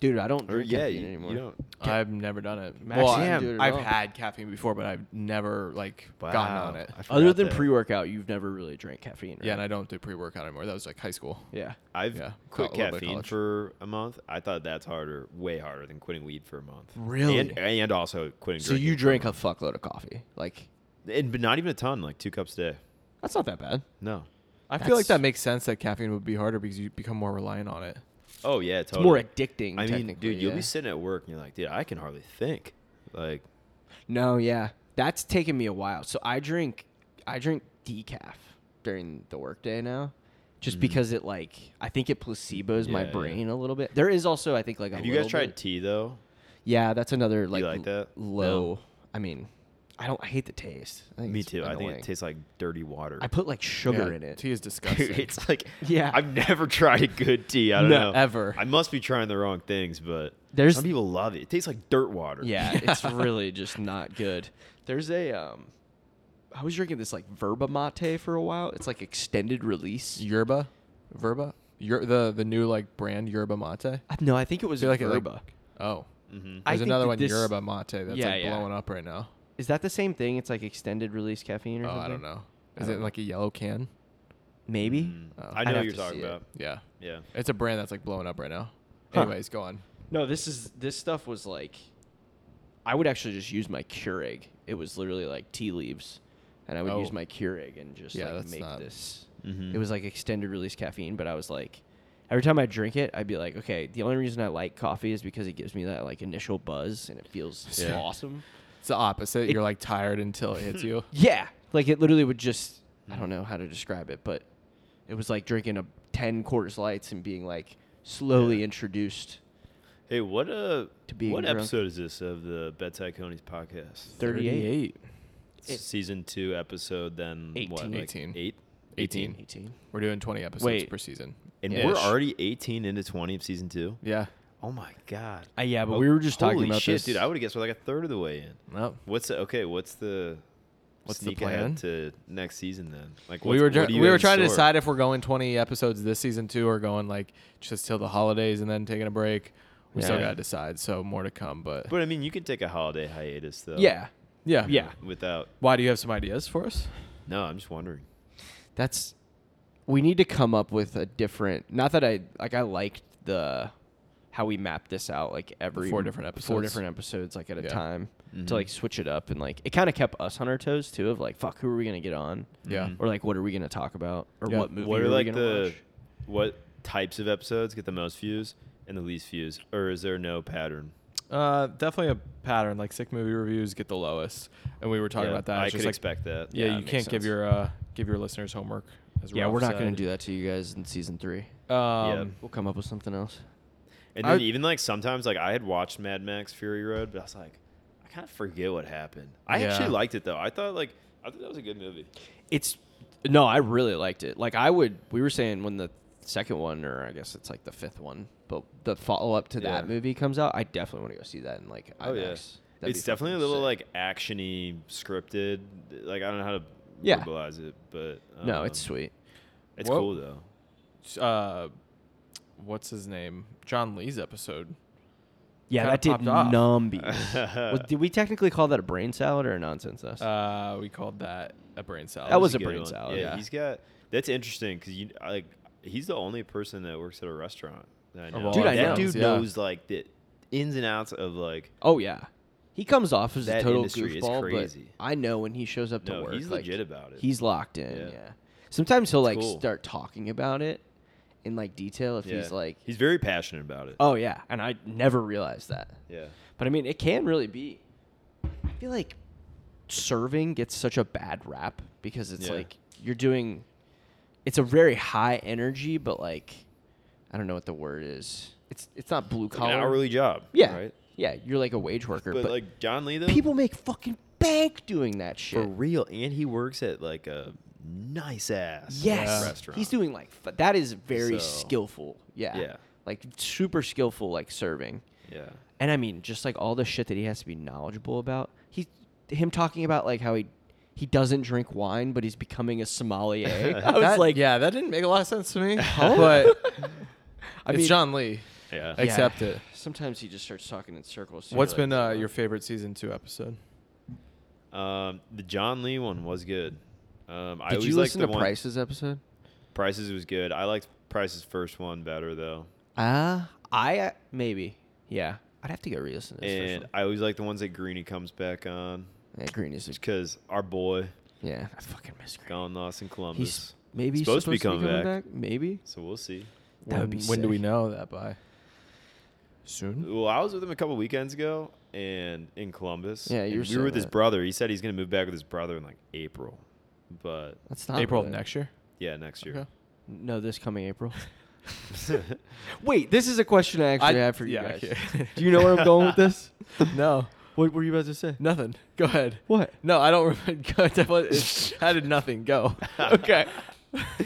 dude, I don't
Or
drink
yeah,
caffeine
you,
anymore.
you don't.
I've never done it.
Max
well,
can't
I've-
do it at
I've
all.
had caffeine before, but I've never like gotten
Wow.
on it.
I forgot
Other than
that.
pre-workout, you've never really drank caffeine. Right?
Yeah, and I don't do pre-workout anymore. That was like high school.
yeah.
I've
Yeah,
quit
co- a little bit of
caffeine
college.
for a month. I thought that's harder, way harder than quitting weed for a month.
Really?
And, and also quitting.
So you drink a fuckload of coffee. Like
and, but not even a ton, like two cups a day.
that's not that bad.
No.
I feel
That's-
like that makes sense that caffeine would be harder because you become more reliant on it.
Oh yeah,
It's
totally.
more addicting.
I mean,
technically,
dude, you'll
yeah.
be sitting at work and you're like, dude, I can hardly think. Like,
No, yeah, that's taken me a while. So I drink, I drink decaf during the workday now, just because it like I think it placebos my
Mm-hmm. Yeah, yeah.
brain a little bit. There is also I think like a
have you guys
little
tried
bit-
tea though?
Yeah, that's another like,
like that?
l- low. I mean, I don't. I hate the taste. I think
Me
it's
too. I think
annoying.
it tastes like dirty water.
I put like sugar
Yeah,
in it.
Tea is disgusting.
Dude, it's like
Yeah.
I've never tried a good tea. I don't know
No, ever.
I must be trying the wrong things, but
There's-
some people love it. It tastes like dirt water.
Yeah, it's really just not good. There's a um I was drinking this like verba mate for a while. It's like extended release.
Yerba, Verba, Yer, the the new like brand Yerba Mate.
I- No, I think it was
feel like it, like-
verba.
Oh,
hmm
I
there's
think
another
that
one
this-
Yerba Mate that's
Yeah,
like
yeah.
blowing up right now.
Is that the same thing? It's like extended release caffeine or
Oh,
something?
I don't know.
I
Is
don't
it in,
know.
like a yellow can?
Maybe?
Oh.
Mm. I
I'd
know
have
what you're
to
talking
see it.
about.
Yeah,
Yeah.
it's a brand that's like blowing up right now.
Huh.
Anyways, go on.
No, this is this stuff was like I would actually just use my Keurig. It was literally like tea leaves. And I would
Oh.
use my Keurig and just
Yeah,
like
that's
make
not-
this.
Mhm.
It was like extended release caffeine, but I was like every time I drink it, I'd be like, okay, the only reason I like coffee is because it gives me that like initial buzz and it feels so
Yeah.
awesome.
It's the
It-
opposite. You're like tired until it hits you.
Yeah. Like it literally would just I don't know how to describe it, but it was like drinking a 10 quarters lights and being like slowly
Yeah.
introduced
Hey, what uh,
To being
what
drunk.
episode is this of the Bedside Conies podcast?
38
It's
It-
season two episode. Then what?
Eighteen.
Like
Eighteen.
Eight.
18.
18.
We're doing 20 episodes
Wait.
per season.
And
Yeah.
we're
Ish.
already 18 into 20 of season two.
Yeah. Oh.
Oh my god. Oh,
Uh, yeah, but we were just talking
holy
about
shit,
this-
dude. I would have guessed we're like a third of the way in.
Well,
What's the, okay? What's the
What's the
sneak ahead
plan?
to next season then? Like
we
what's-
were
what
dr-
do you
we
have
were
in
trying to
store?
decide if we're going 20 episodes this season too, or going like just till the holidays and then taking a break. We still
Yeah.
gotta decide. So more to come, but,
But I mean, you can take a holiday hiatus though.
Yeah.
yeah,
Yeah.
Without.
Why do you have some ideas for us?
No, I'm just wondering.
That's we need to come up with a different. Not that I like I liked the how we mapped this out like every
four different
four
episodes.
different episodes like at a
Yeah.
time
Mhm.
to like switch it up and like it kind of kept us on our toes too of like fuck who are we going to get on
Yeah.
Mhm.
or like what are we going to talk about or
Yeah.
what movie
what
are,
are
we
like
going to
the
watch?
what types of episodes get the most views and the least views, or is there no pattern?
Uh, definitely a pattern. Like sick movie reviews get the lowest, and we were talking
Yeah,
about that.
I
It's
could
just like-
expect that.
Yeah,
Yeah, it
you
makes
can't give
sense.
your uh, give your listeners homework as
yeah, we're
Ralph
not going
said.
to do that to you guys in season three.
Um,
We'll come up with something else.
And
I-
then even like sometimes like I had watched Mad Max Fury Road, but I was like, I kind of forget what happened. I
Yeah.
actually liked it though. I thought like I thought that was a good movie.
It's no, I really liked it. Like I would, we were saying when the second one, or I guess it's like the fifth one, but the follow up to that
Yeah.
movie comes out, I definitely want to go see that in like IMAX.
Oh, yeah.
That'd be
it's definitely a
fucking
little
sick.
like actiony scripted. Like I don't know how to
Yeah.
verbalize it, but
no,
um,
it's sweet.
It's
Well-
cool though.
uh, what's his name? John Lee's episode.
Yeah,
kinda
that did
popped off.
numbies. well, did we technically call that a brain salad or a nonsense nest?
Uh, we called that a brain salad.
That was a
good
brain
one.
salad,
Yeah,
yeah.
he's got. That's interesting because you I, like he's the only person that works at a restaurant. That I
Of
know.
all
Dude, I
that
know.
dude
Yeah.
knows like the ins and outs of like.
oh yeah, he comes off as a
That
total
industry is
goofball,
crazy.
but I know when he shows up to
No,
work,
he's
like,
legit about it.
He's locked in. Yeah.
Yeah.
Sometimes he'll
It's
like
cool.
start talking about it in like detail if
Yeah.
he's like,
he's very passionate about it.
"Oh yeah," and I never realized that.
yeah.
But I mean, it can really be. I feel like serving gets such a bad rap because it's
Yeah.
like you're doing. It's a very high energy, but like, I don't know what the word is. It's it's not blue
Like an
collar.
hourly job.
yeah,
Right.
yeah. You're like a wage worker,
But,
but,
like John Lee though,
people make fucking bank doing that shit.
for real, and he works at like a nice ass
Yes,
restaurant.
he's doing like f- that is very
So-
skillful. Yeah,
Yeah.
like super skillful, like serving.
yeah.
And I mean, just like all the shit that he has to be knowledgeable about. He, him talking about like how he, he doesn't drink wine, but he's becoming a sommelier. I was
That-
like,
yeah, that didn't make a lot of sense to me. But
I
it's
mean-
John Lee.
Yeah.
yeah.
Accept it.
Sometimes he just starts talking in circles. too,
What's
like,
been uh,
so-
your favorite season two episode?
Um, the John Lee one was good. Um, I
Did
always
you
liked
listen
the
to
one,
Price's episode?
Prices was good. I liked Price's first one better though,
Uh I uh, maybe. Yeah, I'd have to go re-listen to this first
and
one.
I always like the ones that Greeny comes back on,
yeah, Green is
just because our boy
yeah. I fucking miss Green.
gone lost in Columbus.
He's maybe
supposed to be coming back.
Maybe
so we'll see.
That would
when
be
when do we
sick.
know that by?
Mm-hmm.
Soon.
Well, I was with him a couple weekends ago, and in Columbus.
Yeah, you
and
were
we
saying
were with his
that.
brother. He said he's gonna move back with his brother in like April, but
that's not
April of
bad.
next year.
yeah, next year.
Okay.
No, this coming April. Wait, this is a question I actually
I-
have for you
yeah,
guys.
okay.
Do you know where I'm going with this?
no,
What were you about to say?
nothing. Go ahead.
What?
No, I don't remember. Go- that was- I did nothing. Go.
Okay.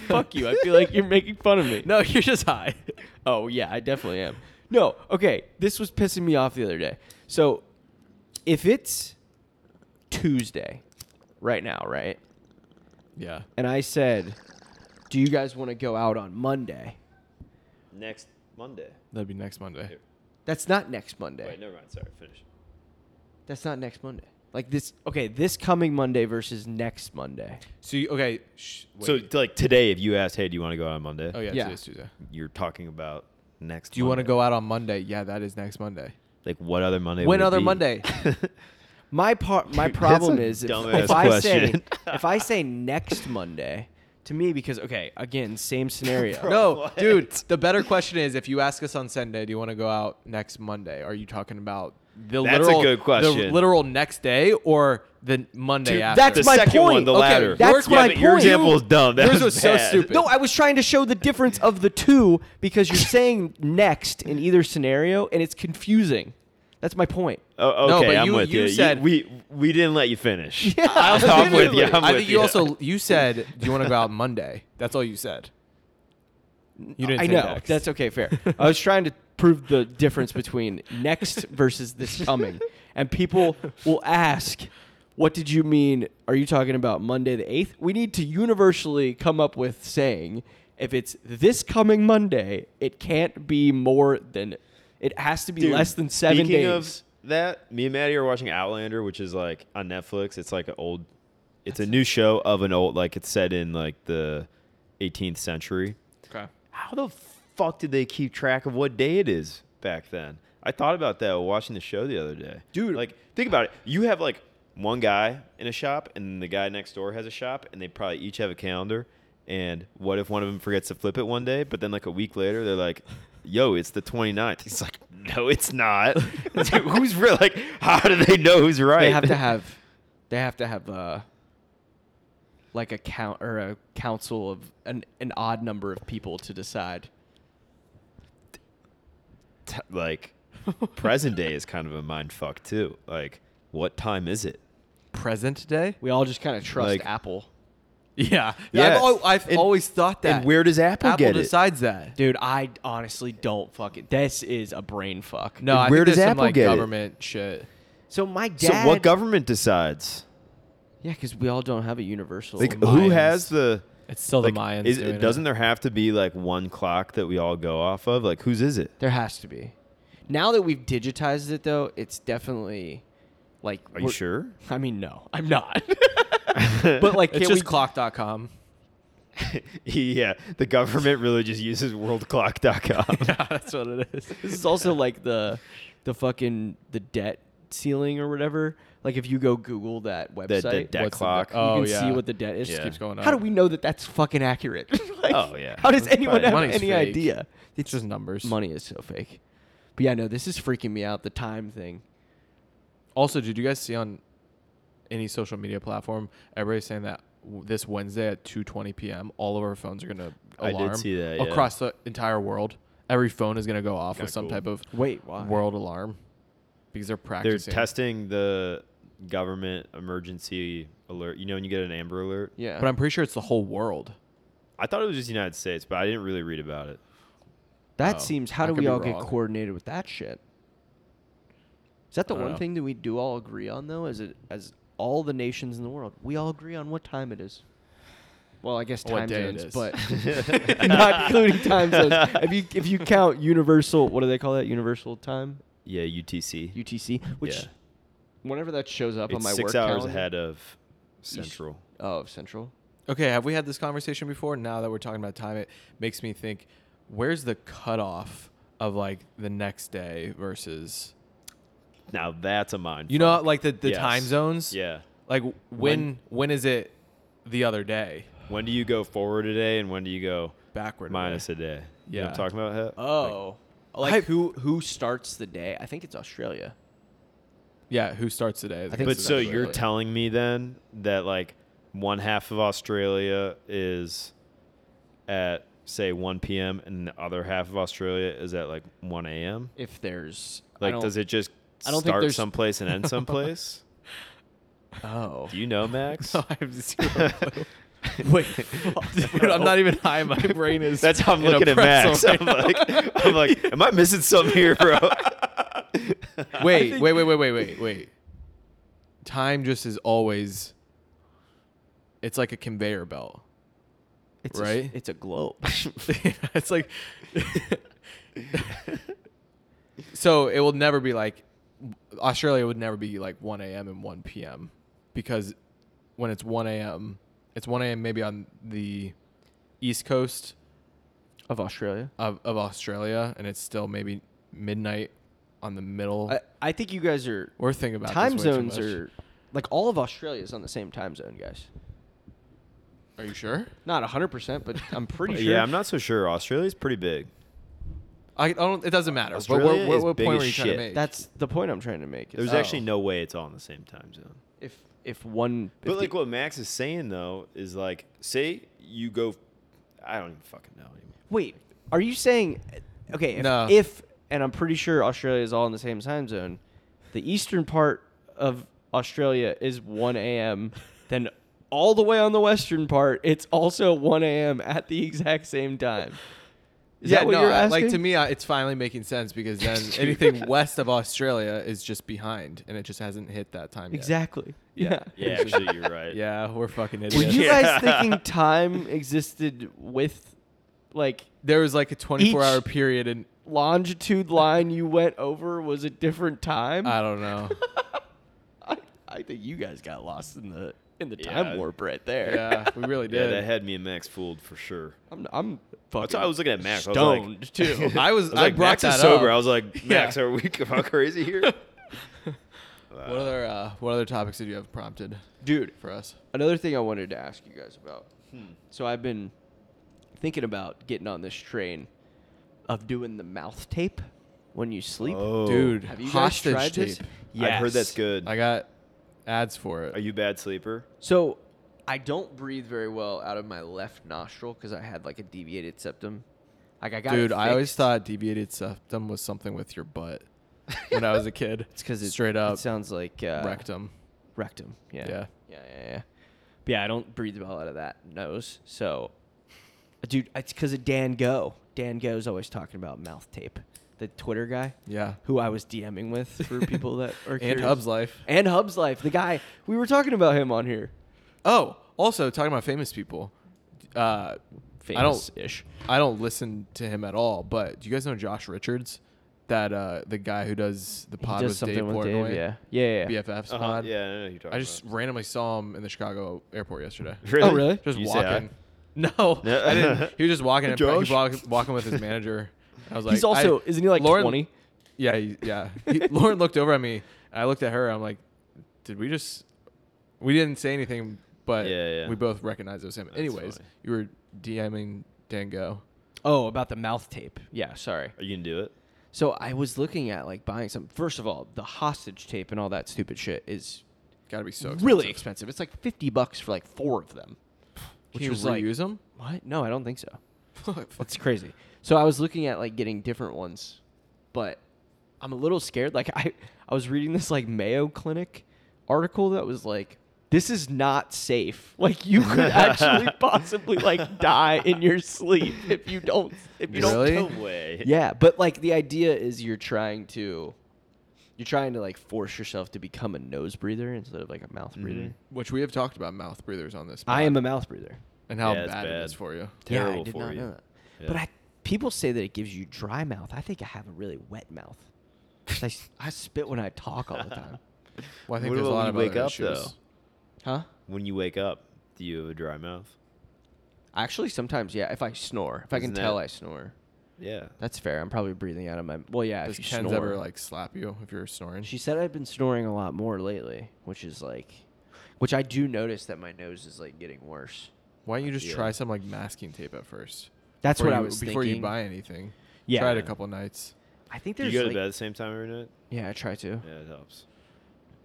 Fuck you. I feel like you're making fun of me.
No, you're just high.
Oh yeah, I definitely am. No, okay. This was pissing me off the other day. So, if it's Tuesday, right now, right?
Yeah.
And I said, "Do you guys want to go out on Monday?"
Next Monday.
That'd be next Monday.
That's not next Monday.
Wait, never mind. Sorry, finish.
That's not next Monday. Like this. Okay, this coming Monday versus next Monday.
So you, okay. Sh- wait.
So t- like today, if you asked, "Hey, do you want to go out on Monday?"
oh yeah,
Yeah.
today's Tuesday.
You're talking about next.
Do you want to
Monday.
go out on Monday? Yeah, that is next Monday.
Like what other Monday?
when
would it
other
be?
Monday?
My part. My
Dude, that's
problem
a
is if,
dumbass
if I say
question.
if I say next Monday to me because okay again same scenario.
no,
What?
dude. The better question is if you ask us on Sunday, do you want to go out next Monday? Are you talking about the
That's a
literal
good
the
question.
literal next day or the Monday
Dude,
after?
that's
The
my
second
point.
one, the
Okay,
latter.
that's
yeah,
my
but Your
point.
example is dumb. That
Yours
was,
was so
bad.
stupid.
No, I was trying to show the difference of the two because you're saying next in either scenario and it's confusing. That's my point.
Oh,
No,
okay,
but
I'm
you-
with
you
you.
said-
we we didn't let you finish.
Yeah.
I'm with you. I'm
I
with
think you also you said do you want to go out Monday? That's all you said. You didn't.
I
say
know.
next.
That's okay, fair. I was trying to prove the difference between next versus this coming. And people will ask, what did you mean? Are you talking about Monday the 8th? We need to universally come up with saying if it's this coming Monday, it can't be more than it has to be
Dude,
less than 7
speaking
days.
Of that me and Maddie are watching Outlander, which is like on Netflix. It's like an old, it's a new show of an old, like it's set in like the 18th century.
okay.
How the fuck did they keep track of what day it is back then? I thought about that while watching the show the other day.
Dude.
Like, think about it. You have like one guy in a shop, and the guy next door has a shop, and they probably each have a calendar. And what if one of them forgets to flip it one day, but then like a week later, they're like, yo, it's the 29th. He's like, no, it's not. Dude, who's real? Like, how do they know who's right?
They have to have. They have to have. Uh, like a count or a council of an, an odd number of people to decide.
t- like present day is kind of a mind fuck too. Like, what time is it?
Present day?
We all just kind of trust
Like-
Apple.
Yeah.
Yeah.
I've, al- I've
And-
always thought that.
and where does Apple,
Apple
get it?
decides that.
Dude, I honestly don't fucking. This is a brain fuck.
No, I
where
think
does
there's some,
Apple
like,
get it?
government shit.
So my dad.
So what government decides?
Yeah, because we all don't have a universal.
Like,
the
who
Mayans.
has the?
It's still
Like,
the Mayans.
is,
doing
doesn't
it.
there have to be like one clock that we all go off of? Like, whose is it?
there has to be. Now that we've digitized it, though, it's definitely like.
Are you
we're-
sure?
I mean, no, I'm not. but like,
It's
can't
just
we-
clock.com.
yeah, the government really just uses worldclock.com.
yeah, that's what it is.
This is also like the the fucking the debt ceiling or whatever. Like if you go Google that
the
website,
debt
what's the
clock.
debt- you
Oh,
can see
yeah.
what the debt is.
Just Yeah. keeps
going
How do
up.
we know that that's fucking accurate? Like,
Oh, yeah.
How does
That's
anyone
probably-
have
Money's
any
fake.
idea?
It's just numbers.
Money is so fake. But yeah, no, this is freaking me out. The time thing.
Also, did you guys see on any social media platform everybody's saying that w- this Wednesday at 2:20 p.m. all of our phones are gonna
I
alarm
did see that, yeah.
across the entire world. Every phone is gonna go off
Kinda
with some
cool.
type of
Wait, why?
world alarm because they're
They're
practicing.
testing the government emergency alert. You know when you get an Amber Alert?
Yeah,
but I'm pretty sure it's the whole world.
I thought it was just the United States, but I didn't really read about it.
that
Oh,
seems. How
I
do
could
we
be
all get
wrong.
coordinated with that shit? Is that the
I don't
one
know.
thing that we do all agree on though? Is it as all the nations in the world, we all agree on what time it is. Well, I guess
What
time
day it
zones,
is.
but not including time zones. If you if you count universal, what do they call that? Universal time,
Yeah, UTC.
UTC, which
Yeah.
whenever that shows up on
it's
my
six
work
hours
calendar-
ahead of Central.
Oh, Central.
Okay, have we had this conversation before? Now that we're talking about time, it makes me think: Where's the cutoff of like the next day versus
Now that's a mind.
you know
fuck.
like the, the
Yes.
time zones?
Yeah.
Like w- when when is it the other day?
When do you go forward a day and when do you go
Backward.
minus a day? You know what
Yeah.
I'm talking about that?
Oh, like,
I-
who who starts the day? I think it's Australia.
Yeah, who starts today?
I think
but
so,
so
that's
you're
right.
telling me then that like one half of Australia is at say 1 p.m. and the other half of Australia is at like 1 a.m.
If there's I
Like,
don't-
does it just
I don't think
start
there's-
someplace and end someplace?
Oh,
Do you know, Max?
I have zero clue.
wait,
Dude, I'm not even high. My brain is.
That's how I'm
in a
looking at
pretzel
Max.
right
I'm like, I'm like, am I missing something here, bro?
now. wait, wait, wait, wait, wait, wait, wait. Time just is always. It's like a conveyor belt.
it's
right?
A, it's a globe.
it's like. so it will never be like, Australia would never be like 1 a.m. and 1 p.m. because when it's 1 a.m., it's 1 a.m. maybe on the East Coast
of Australia.
of, of Australia, and it's still maybe midnight on the middle.
I, I think you guys are
We're thinking about this
time
way too
zones
much.
are like all of Australia is on the same time zone, guys.
Are you sure?
Not 100%, but I'm pretty sure.
Yeah, I'm not so sure. Australia's pretty big.
I, I don't. It doesn't matter. What,
Australia
what, what,
is
what
big
point
as
were you trying to
shit.
make?
That's the point I'm trying to make. is
There's
Oh.
actually no way it's all in the same time zone.
if if one if
But like
the-
what Max is saying though is like, say you go, I don't even fucking know anymore.
Wait, are you saying okay, if,
No.
if and I'm pretty sure Australia is all in the same time zone, the eastern part of Australia is 1 a.m. then all the way on the western part, it's also 1 a.m. at the exact same time. Is
yeah,
that what
no,
you're
I-
asking?
like to me, I, it's finally making sense because then anything west of Australia is just behind, and it just hasn't hit that time yet.
exactly. Yeah.
Yeah.
Yeah, actually, you're right.
Yeah, we're fucking
Were
idiots.
you guys
Yeah.
thinking time existed with like
there was like a 24 hour
Each-
period, and
longitude line you went over was a different time?
I don't know.
I, I think you guys got lost in the in the
Yeah.
time warp right there.
yeah, we really
Yeah,
did.
that had me and Max fooled for sure.
I'm I'm fucking.
That's why I was looking at Max. I was like-
stoned too.
I
I was. I,
was like,
brought
Max
that
is sober.
up.
I was like,
Yeah.
Max, are we fucking crazy here?
what other uh, What other topics did you have prompted,
dude.
for us?
Another thing I wanted to ask you guys about.
Hmm.
So I've been thinking about getting on this train of doing the mouth tape when you sleep.
Oh.
Dude,
Have you guys
hostage
tried
tape.
this?
I've heard that's good.
I got ads for it.
Oh,
Are you a bad sleeper?
So
I don't breathe very well out of my left nostril because I had like a deviated septum. Like I got.
Dude,
it
I always
fixed.
thought deviated septum was something with your butt when I was a kid.
It's because it,
straight up
it sounds like uh,
rectum.
Rectum. Yeah.
Yeah.
Yeah. Yeah. Yeah. But yeah, I don't breathe well out of that nose. So, uh, dude, it's because of Dan Go. Dan Go's always talking about mouth tape. The Twitter guy
Yeah.
who I was DMing with for people that are
And
curious.
Hub's life.
and Hub's life. The guy we were talking about him on here.
Oh, also talking about famous people. Uh, I don't
ish.
I don't listen to him at all. But do you guys know Josh Richards? That uh, the guy who does the pod
does
with Dave Portnoy,
yeah. Yeah. yeah.
BFF's
Uh-huh,
pod.
yeah, I know who you're talking
I just
about.
randomly saw him in the Chicago airport yesterday.
Oh, really?
Just
You say hi.
walking. No, I didn't. He was just walking. and- he was
Josh?
walk- walking with his manager. I was like,
He's also
I-
isn't he like
Lauren-
twenty?
Yeah, he- yeah. He, Lauren looked over at me. And I looked at her. I'm like, did we just? We didn't say anything, but
Yeah, yeah.
we both recognized it was him. Anyways,
funny.
you were DMing Dango.
Oh, about the mouth tape. Yeah. Sorry.
Are you gonna do it?
So I was looking at like buying some. First of all, the hostage tape and all that stupid shit is
Got to be so expensive.
really expensive. It's like fifty bucks for like four of them.
Can
Which
you
was like,
reuse them?
what? No, I don't think so. That's crazy. So I was looking at like getting different ones, but I'm a little scared. Like I, I was reading this like Mayo Clinic article that was like, this is not safe. Like you could actually possibly like die in your sleep if you don't if you
Really?
don't.
No way.
Yeah, but like the idea is you're trying to, you're trying to like force yourself to become a nose breather instead of like a mouth breather.
Which we have talked about mouth breathers on this.
Mm-hmm. I am a
pod
mouth breather.
and how
Yeah, it's
bad, it
bad.
is for you.
yeah,
Terrible
I did
for
not
you.
Know that.
Yeah.
But I, people say that it gives you dry mouth. I think I have a really wet mouth. 'Cause I, s- I spit when I talk all the time.
Well,
What
I think there's a
about
lot
when
of
you wake
other
up,
issues.
though?
Huh?
When you wake up, do you have a dry mouth?
Actually, sometimes, yeah, if I snore, if I can
Isn't
tell
that-
I snore.
Yeah.
That's fair. I'm probably breathing out of my. Well, yeah,
Does
if you
Ken's
snore.
ever like slap you if you're snoring?
she said I've been snoring a lot more lately, which is like, which I do notice that my nose is like getting worse.
Why don't you just
Yeah.
try some like masking tape at first?
That's
Before
what I
you-
was
before you
thinking.
buy anything.
Yeah.
try it a couple nights.
I think
Do
there's
you go
like,
to bed at the same time every night?
yeah, I try to.
Yeah, it helps.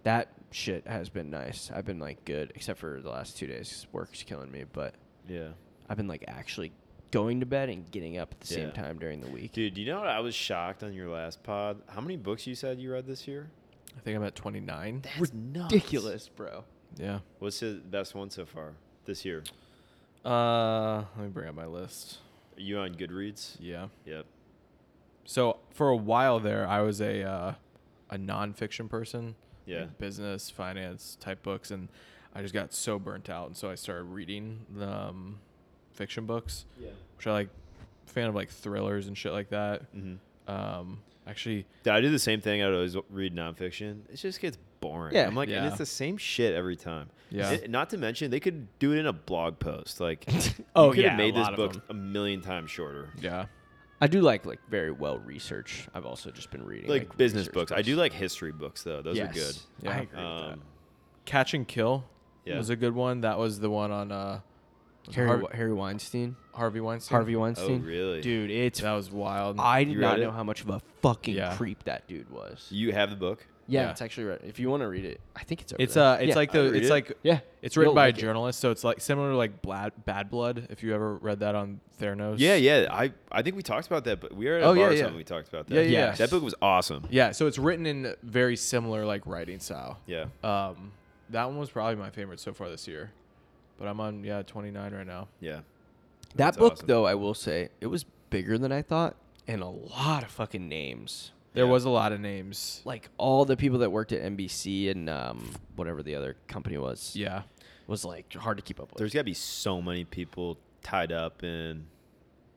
That shit has been nice. I've been like good, except for the last two days. 'cause Work's killing me, but
Yeah.
I've been like actually going to bed and getting up at the same
Yeah.
time during the week.
Dude, do you know what I was shocked on your last pod? How many books you said you read this year?
I think I'm at 29.
ridiculous, bro.
Yeah.
What's the best one so far this year?
Uh, let me bring up my list.
Are you on Goodreads?
Yeah.
Yep.
So for a while there, I was a uh, a nonfiction person.
Yeah.
like business, finance type books, and I just got so burnt out, and so I started reading the um, fiction books,
Yeah.
which I like. Fan of like thrillers and shit like that.
Mm-hmm.
Um, actually,
I do the same thing. I'd always read nonfiction. It just gets boring.
Yeah.
I'm like, and
Yeah.
it's the same shit every time.
Yeah.
And not to mention, they could do it in a blog post. Like,
Oh,
you could
yeah, a
have made this
lot of
book
them.
a million times shorter.
yeah,
I do like like very well research. I've also just been reading
Like, business
research
books. I do like history books though. Those
Yes.
are good.
Yeah.
I agree with that.
Um,
Catch and Kill
Yeah.
was a good one. That was the one on uh, was it
Harry,
Har-
Harry Weinstein.
Harvey Weinstein.
Harvey
oh
Weinstein.
really?
Dude, it's.
that was wild.
I
You
did
read
not know
it?
how much of a fucking
Yeah.
creep that dude was.
You have the book?
Yeah,
Yeah.
it's actually right. If you want to read it, I think it's. Over
it's
there.
uh, it's
Yeah.
like
I'd
the,
read
it's
it.
like
Yeah.
It's written
You'll
by
like
a
it.
journalist, so it's like similar to like Blad, Bad Blood. If you ever read that on Theranos.
Yeah, yeah. I I think we talked about that, but we were at a
Oh,
bar
yeah,
or
yeah.
something. We talked about that.
Yeah, yeah, yeah.
That book was awesome.
Yeah, so it's written in very similar like writing style.
Yeah.
Um, that one was probably my favorite so far this year, but I'm on yeah 29 right now.
Yeah.
That
That's
book,
awesome.
though, I will say, it was bigger than I thought, and a lot of fucking names.
There
Yeah.
was a lot of names.
Like all the people that worked at NBC and um, whatever the other company was,
Yeah,
was like hard to keep up with.
There's got to be so many people tied up in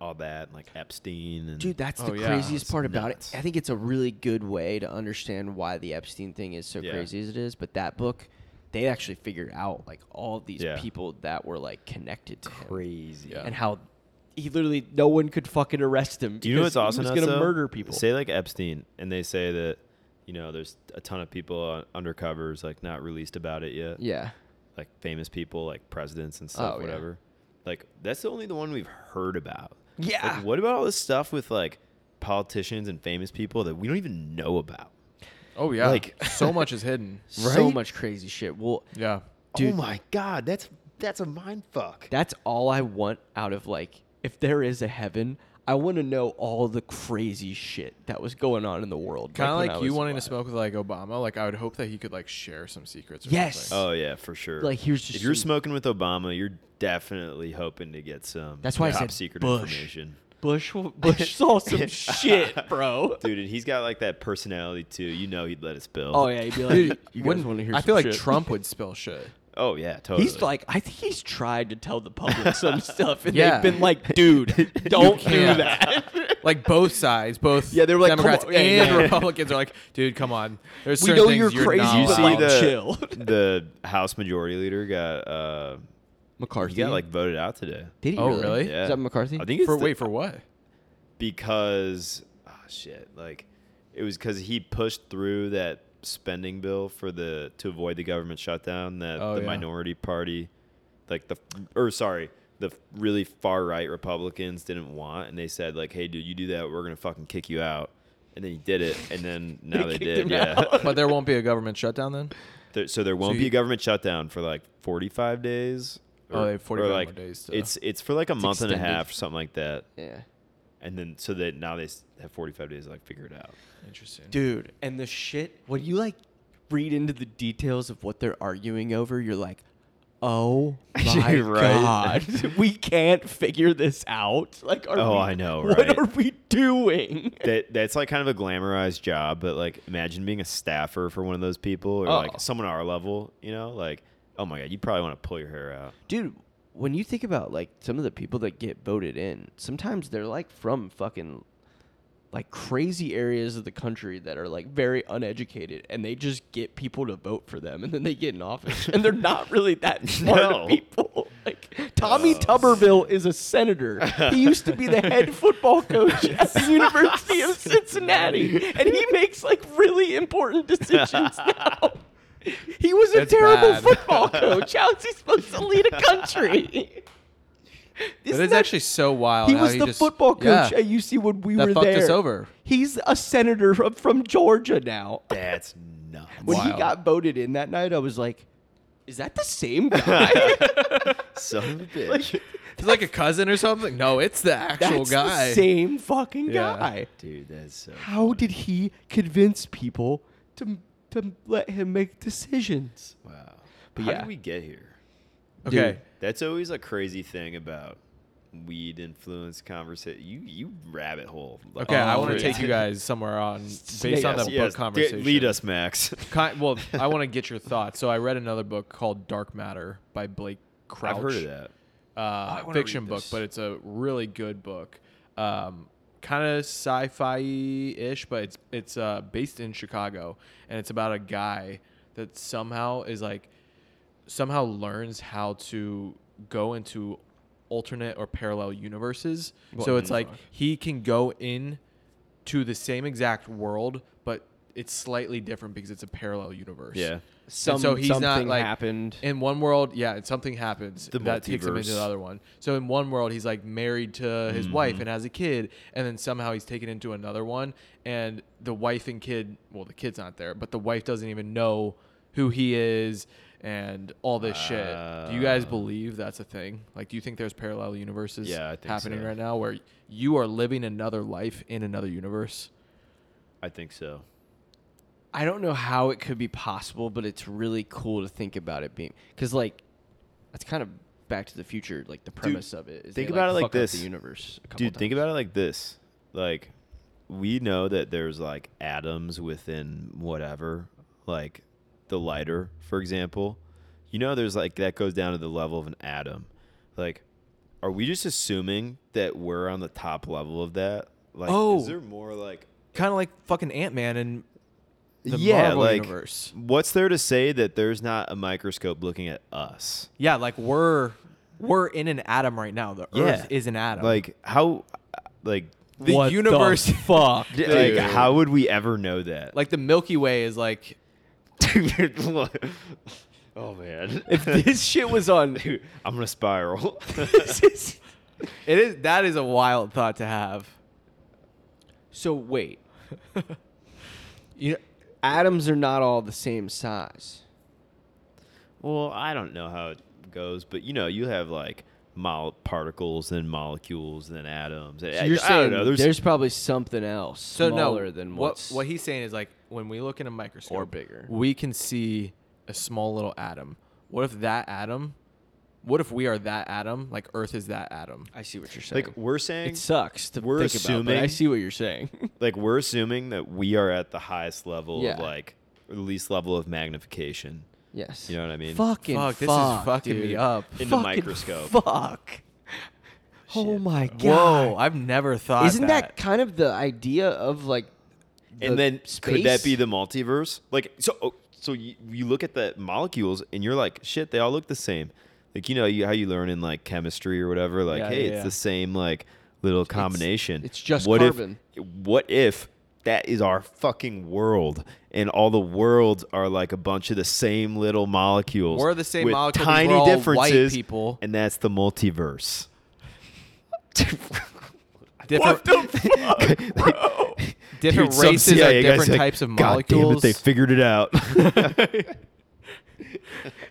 all that, like Epstein and
Dude, that's
Oh,
the
yeah.
craziest
It's
part about
nuts.
it. I think it's a really good way to understand why the Epstein thing is so
Yeah.
crazy as it is. But that book, they actually figured out like all these
Yeah.
people that were like connected to him
crazy.
Yeah.
and how he literally no one could fucking arrest him.
Do you know
because
what's awesome?
He was
nuts,
gonna
though?
murder people.
Say like Epstein, and they say that you know there's a ton of people on undercovers like not released about it yet.
yeah,
Like famous people, like presidents and stuff,
Oh, yeah.
whatever. Like that's the only the one we've heard about.
Yeah.
Like, what about all this stuff with like politicians and famous people that we don't even know about?
oh yeah,
Like-
so much is hidden.
so
Right?
much crazy shit. Well,
Yeah,
Dude.
Oh my god, that's That's a mind fuck.
That's all I want out of like if there is a heaven, I want to know all the crazy shit that was going on in the world.
Kind of
when
like,
I
you
was
wanting
alive.
to smoke with like Obama. Like I would hope that he could like share some secrets. Or
Yes.
something.
Oh yeah, for sure.
Like, here's just
if you're
some-
smoking with Obama, you're definitely hoping to get some.
That's why I
top
said
secret
Bush.
information.
Bush Bush saw some shit, bro.
Dude, and he's got like that personality too. You know he'd let it spill.
Oh yeah, he'd be like,
Dude,
you guys
wouldn't-
want to hear?
I
some
feel like
shit?"
Trump would spill shit.
Oh yeah, totally.
He's like, I think he's tried to tell the public some stuff, and
Yeah.
they've been like, dude, don't do
can't.
that.
Like both sides, both
Yeah, they were like, come
Democrats
on. Yeah,
and
yeah.
Republicans are like, dude, come on. There's
We
certain
know
things
you're crazy,
not
you
but,
allowed."
see
like,
the
chill.
the House Majority Leader got uh,
McCarthy,
he got like voted out today.
did he?
Oh, really?
Yeah.
Is that McCarthy?
I think it's
for
the-
wait for what?
because oh shit like it was because he pushed through that spending bill for the to avoid the government shutdown that
Oh,
the
yeah.
minority party like the or sorry the really far right republicans didn't want and they said like hey dude you do that we're gonna fucking kick you out and then he did it and then now they,
kicked
did
him
yeah
But there won't be a government shutdown then.
There- so there won't
you-
be a government shutdown for like 45 days
Oh, they have 45
like,
more days to-
it's it's for like a month and a
extended.
half or something like that
Yeah.
and then so that now they s- have 45 days to like figure it out
Interesting.
dude and the shit when you like read into the details of what they're arguing over you're like oh my
You're right.
god we can't figure this out like are
Oh,
we-
I know,
what
right?
are we doing
that that's like kind of a glamorized job, but like imagine being a staffer for one of those people or
Oh.
like someone our level, you know, like oh my god, you probably want to pull your hair out.
Dude, when you think about like some of the people that get voted in, sometimes they're like from fucking
like crazy areas of the country that are like very uneducated and they just get people to vote for them and then they get in office and they're not really that smart of
No.
people like tommy tuberville is a senator he used to be the head football coach at the university of cincinnati and he makes like really important decisions now he was a
That's
terrible
bad.
football coach how's he supposed to lead a country
That
Isn't
is
that-
actually so wild.
he
how
was the
just-
football coach
Yeah.
at UC when we
That
were
fucked
there.
us over.
He's a senator from, from Georgia now.
That's nuts.
When he
Wild.
got voted in that night, I was like, "Is that the same guy?"
Son of a bitch.
like,
He's like a cousin or something. No, it's the actual
that's
guy.
the same fucking
Yeah.
guy.
Dude, that's so
How did he convince people to to let him make decisions?
wow.
But
How
yeah.
did we get here?
okay.
Dude.
That's always a crazy thing about weed influence conversation. You you rabbit hole.
Okay, I want to
yeah.
take you guys somewhere on based
Yes,
on that
Yes, yes.
book
Get-
conversation.
Lead us, Max.
Ki- well, I want to get your thoughts. So I read another book called Dark Matter by Blake Crouch.
I've heard of that.
uh,
wanna
fiction
read
book,
this.
but it's a really good book. Um, kind of sci-fi ish, but it's it's uh, based in Chicago, and it's about a guy that somehow is like somehow learns how to go into alternate or parallel universes. so it's like he can go in to the same exact world, but it's slightly different because it's a parallel universe.
Yeah.
And so he's not
something
like
happened.
in one world. Yeah, and something happens
The
that takes him
multiverse.
into
Mm-hmm.
the other one. So in one world, he's like married to his wife and has a kid, and then somehow he's taken into another one, and the wife and kid. Well, the kid's not there, but the wife doesn't even know who he is and all this shit. Do you
Uh.
guys believe that's a thing? Like, do you think there's parallel universes
Yeah, I think
happening
so.
right now where you are living another life in another universe?
I think so.
I don't know how it could be possible, but it's really cool to think about it being because like that's kind of Back to the Future, like the premise of it. Is
think
they,
about it like
fuck up
this.
the universe. a couple
Dude, think
times.
about it like this. Like we know that there's like atoms within whatever, like the lighter, for example. You know there's like that goes down to the level of an atom. Like are we just assuming that we're on the top level of that? Like
Oh.
is there more like
Kind of like fucking Ant Man and the
yeah,
Marvel
like
universe.
what's there to say that there's not a microscope looking at us?
Yeah, like we're we're in an atom right now. The
Yeah.
Earth is an atom.
Like how like
the
What the
universe, fuck,
like how would we ever know that?
Like the Milky Way is like
Dude, what? oh man.
if this shit was on,
Dude, I'm gonna spiral.
it is. That is a wild thought to have.
so wait,
You know,
atoms are not all the same size.
well, I don't know how goes, but you know, you have like mol- particles, then molecules, then atoms.
So
I-
you're
I don't
saying
know.
there's, probably something else
So
smaller
no,
than
what
what's
what he's saying is like when we look in a microscope
Or bigger.
we can see a small little atom. What if that atom? What if we are that atom? Like Earth is that atom.
I see what you're saying.
like we're saying,
it sucks to
we're
think about, but I
assuming-
see what you're saying.
like we're assuming that we are at the highest level
Yeah.
of like or the least level of magnification.
yes.
You know what I mean?
Fucking
Fuck, this
fuck,
is fucking me
dude.
up.
In the
Fucking
microscope.
Fuck. oh my god.
Whoa, I've never thought.
Isn't that. kind of the idea of like? the
and then could
space?
that be the multiverse? Like so, oh, so you, you look at the molecules and you're like, shit, they all look the same. Like you know you, how you learn in like chemistry or whatever. Like
Yeah,
hey,
yeah,
it's
yeah.
the same like little combination.
it's just
what
carbon.
If, what if that is our fucking world and all the worlds are like a bunch of the same little molecules.
We're the same
with
molecules, we're
tiny
all white
differences,
people.
and that's the multiverse.
different, different
Dude, some
races
CIA
are
guy's
different
like,
types
God
of
damn it,
molecules?
they figured it out.
yeah,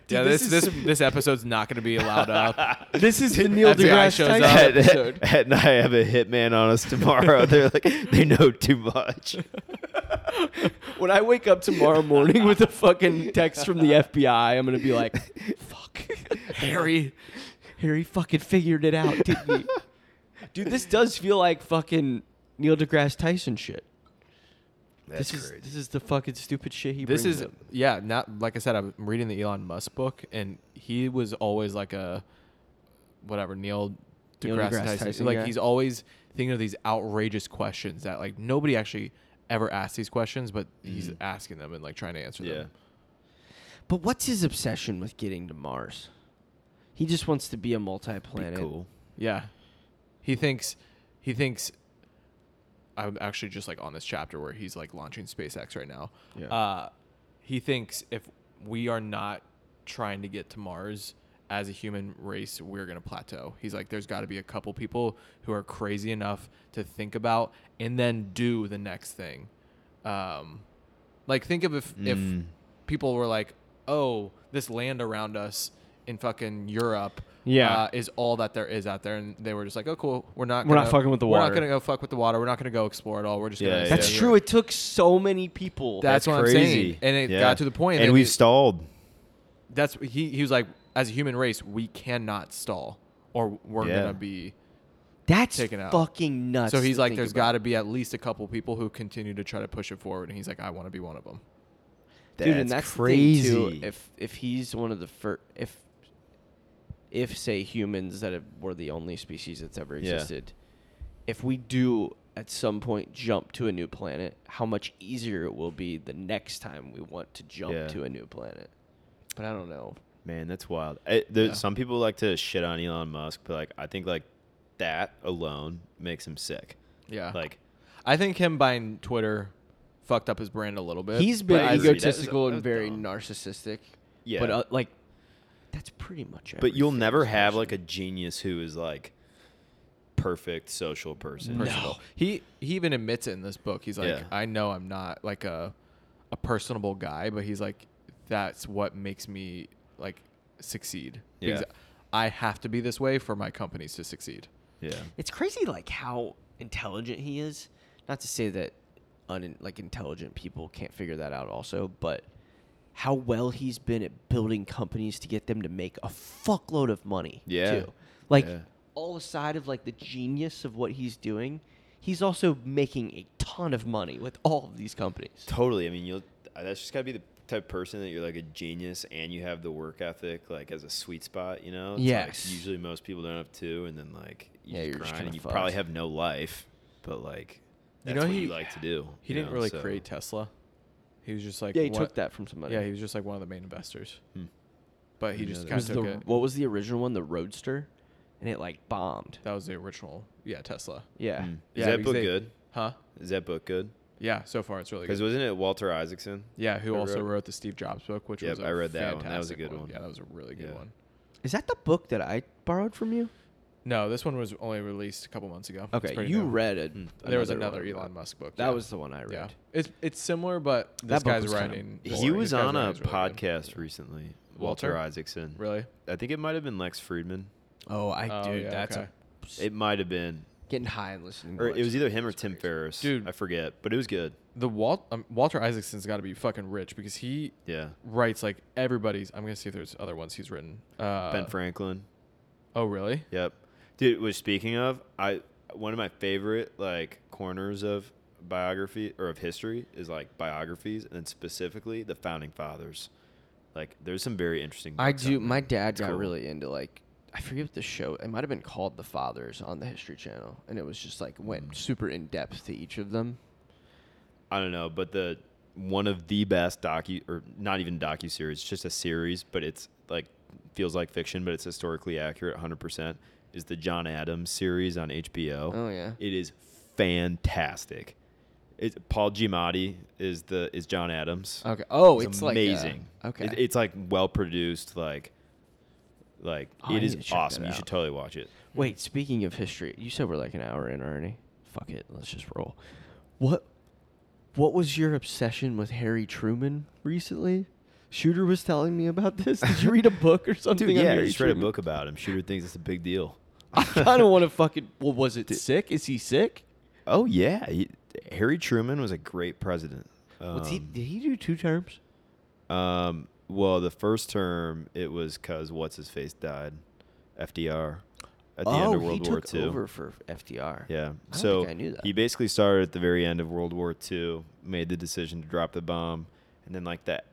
Dude, this
this this this, episode's not going to be allowed up.
This is the Neil
FBI
deGrasse
shows
Tyson
up.
Ed,
episode.
Ed and I have a hitman on us tomorrow. They're like, they know too much.
When I wake up tomorrow morning with a fucking text from the FBI, I'm gonna be like, "Fuck, Harry, Harry fucking figured it out, didn't he?" Dude, this does feel like fucking Neil deGrasse Tyson shit.
That's
this is this is the fucking stupid shit he
This
brings
is
up.
yeah, not like I said. I'm reading the Elon Musk book, and he was always like a whatever Neil deGrasse,
Neil deGrasse
Tyson.
Tyson
Like
guy.
he's always thinking of these outrageous questions that like nobody actually ever asks these questions, but he's
Mm-hmm.
asking them and like trying to answer
Yeah.
them.
But what's his obsession with getting to Mars? He just wants to be a multi-planet.
cool.
Yeah, he thinks he thinks. I'm actually just like on this chapter where he's like launching SpaceX right now.
Yeah.
Uh, he thinks if we are not trying to get to Mars as a human race, we're gonna plateau. He's like, there's got to be a couple people who are crazy enough to think about and then do the next thing. Um, like think of if if
Mm.
people were like, oh, this land around us in fucking Europe,
Yeah.
uh, is all that there is out there, and they were just like, oh, cool, we're not,
We're not
gonna-
fucking with the
we're
water."
not gonna go fuck with the water, we're not gonna go explore at all, we're just
Yeah,
gonna.
yeah,
stay
That's
yeah.
here."
true. It took so many people.
That- That's what I'm saying. And it got to the point that
And we've
we-
stalled.
That's he. He was like, as a human race, we cannot stall, or we're
Yeah.
gonna be.
That's
taken out.
fucking nuts.
So he's
to
like,
think
there's
about.
got to be at least a couple people who continue to try to push it forward, and he's like, I want to be one of them.
dude, and that's
crazy.
The thing too, if if he's one of the first, if if say humans that have, were the only species that's ever
Yeah.
existed, if we do at some point jump to a new planet, how much easier it will be the next time we want to jump
Yeah.
to a new planet. But I don't know.
Man, that's wild. I, there,
Yeah.
Some people like to shit on Elon Musk, but like I think like that alone makes him sick.
Yeah.
Like
I think him buying Twitter fucked up his brand a little bit.
He's
but
been
I agree, that was-
egotistical
that
and
was
very
dumb.
narcissistic.
Yeah.
But uh, like, that's pretty much.
But you'll
everything,
never have like a
essentially.
genius who is like perfect social person.
personable. He he even admits it in this book. He's like,
Yeah.
I know I'm not like a a personable guy, but he's like, that's what makes me like succeed.
Yeah.
I have to be this way for my companies to succeed.
Yeah.
It's crazy, like how intelligent he is. Not to say that, un- like intelligent people can't figure that out, also, but how well he's been at building companies to get them to make a fuckload of money.
Yeah.
too. like
Yeah.
all aside of like the genius of what he's doing, he's also making a ton of money with all of these companies.
Totally. I mean, you'll uh, that's just got to be the type of person that you're like a genius and you have the work ethic like as a sweet spot, you know? It's
Yes.
Like, usually most people don't have two and then like you
Yeah,
just
you're just
grind
kinda
and you probably
fucked.
have no life, but like that's
You know,
what
he-
you like to do.
He
you
didn't
know,
really
so-
create Tesla. He was just like
yeah, he
one-
took that from somebody.
Yeah, he was just like one of the main investors.
Hmm.
But he
Didn't
just
know
kind
was
of
the,
took it.
what was the original one? The Roadster, and it like bombed.
That was the original. Yeah, Tesla.
Yeah.
Mm. Is
Yeah,
that
because
book
they-
good?
Huh?
Is that book good?
Yeah. So far, it's really
Because
good.
wasn't it Walter Isaacson?
Yeah, who
I
also
wrote-
wrote the Steve Jobs book, which
Yep,
was a
I read that one.
fantastic
That was a good one.
Yeah, that was a really good
Yeah.
one.
Is that the book that I borrowed from you?
No, this one was only released a couple months ago. Oh, It's
Okay,
pretty
you
new.
read it.
Mm.
There was another Elon Musk book.
That
yeah.
was the one I read.
Yeah, it's it's similar, but this
That book
guy's
was kinda-
writing.
He
boring. This
was
guy's
on a
writing's really good.
podcast recently. Walter,
Walter?
Isaacson.
Really?
I think it might have been Lex Friedman.
Oh, I
Oh,
dude,
yeah,
that's
okay.
a,
It might have been,
getting high and listening. to
or it was
Lex.
either him or Tim Ferriss.
Dude.
I forget, but it was good.
The Walt um, Walter Isaacson's got to be fucking rich because he
Yeah,
writes like everybody's. I'm gonna see if there's other ones he's written. Uh,
Ben Franklin.
Oh really?
Yep, dude. Was speaking of, I one of my favorite like corners of biography or of history is like biographies, and then specifically the founding fathers. Like, there's some very interesting.
I
books out
do.
there.
My dad
It's
got
cool.
really into like I forget what the show. It might have been called The Fathers on the History Channel, and it was just like
Hmm.
went super in depth to each of them.
I don't know, but the one of the best docu or not even docu series, just a series, but it's like feels like fiction, but it's historically accurate 100% is the John Adams series on HBO.
Oh yeah,
It is fantastic. It's Paul Giamatti is the is John Adams.
Okay. Oh,
He's
it's like a-
amazing.
okay.
It- it's like well produced like like
Oh, I
it
need
is
to check that
awesome. You
out.
should totally watch it.
Wait, speaking of history, you said we're like an hour in already. Fuck it, let's just roll. What what was your obsession with Harry Truman recently? Shooter was telling me about this. Did you read a book or something?
Dude,
on
yeah,
Harry
I just read a
Truman?
book about him. Shooter thinks it's a big deal.
I kind of want to fucking. Well, was it sick? Is he sick?
Oh yeah, he, Harry Truman was a great president.
What's he,
Um,
did he do two terms?
Um, well, the first term it was because what's his face died, FDR, at the
oh,
end of
he
World
took
War II.
over for FDR.
Yeah,
I don't
so
think I knew that.
he basically started at the very end of World War II, made the decision to drop the bomb, and then like that,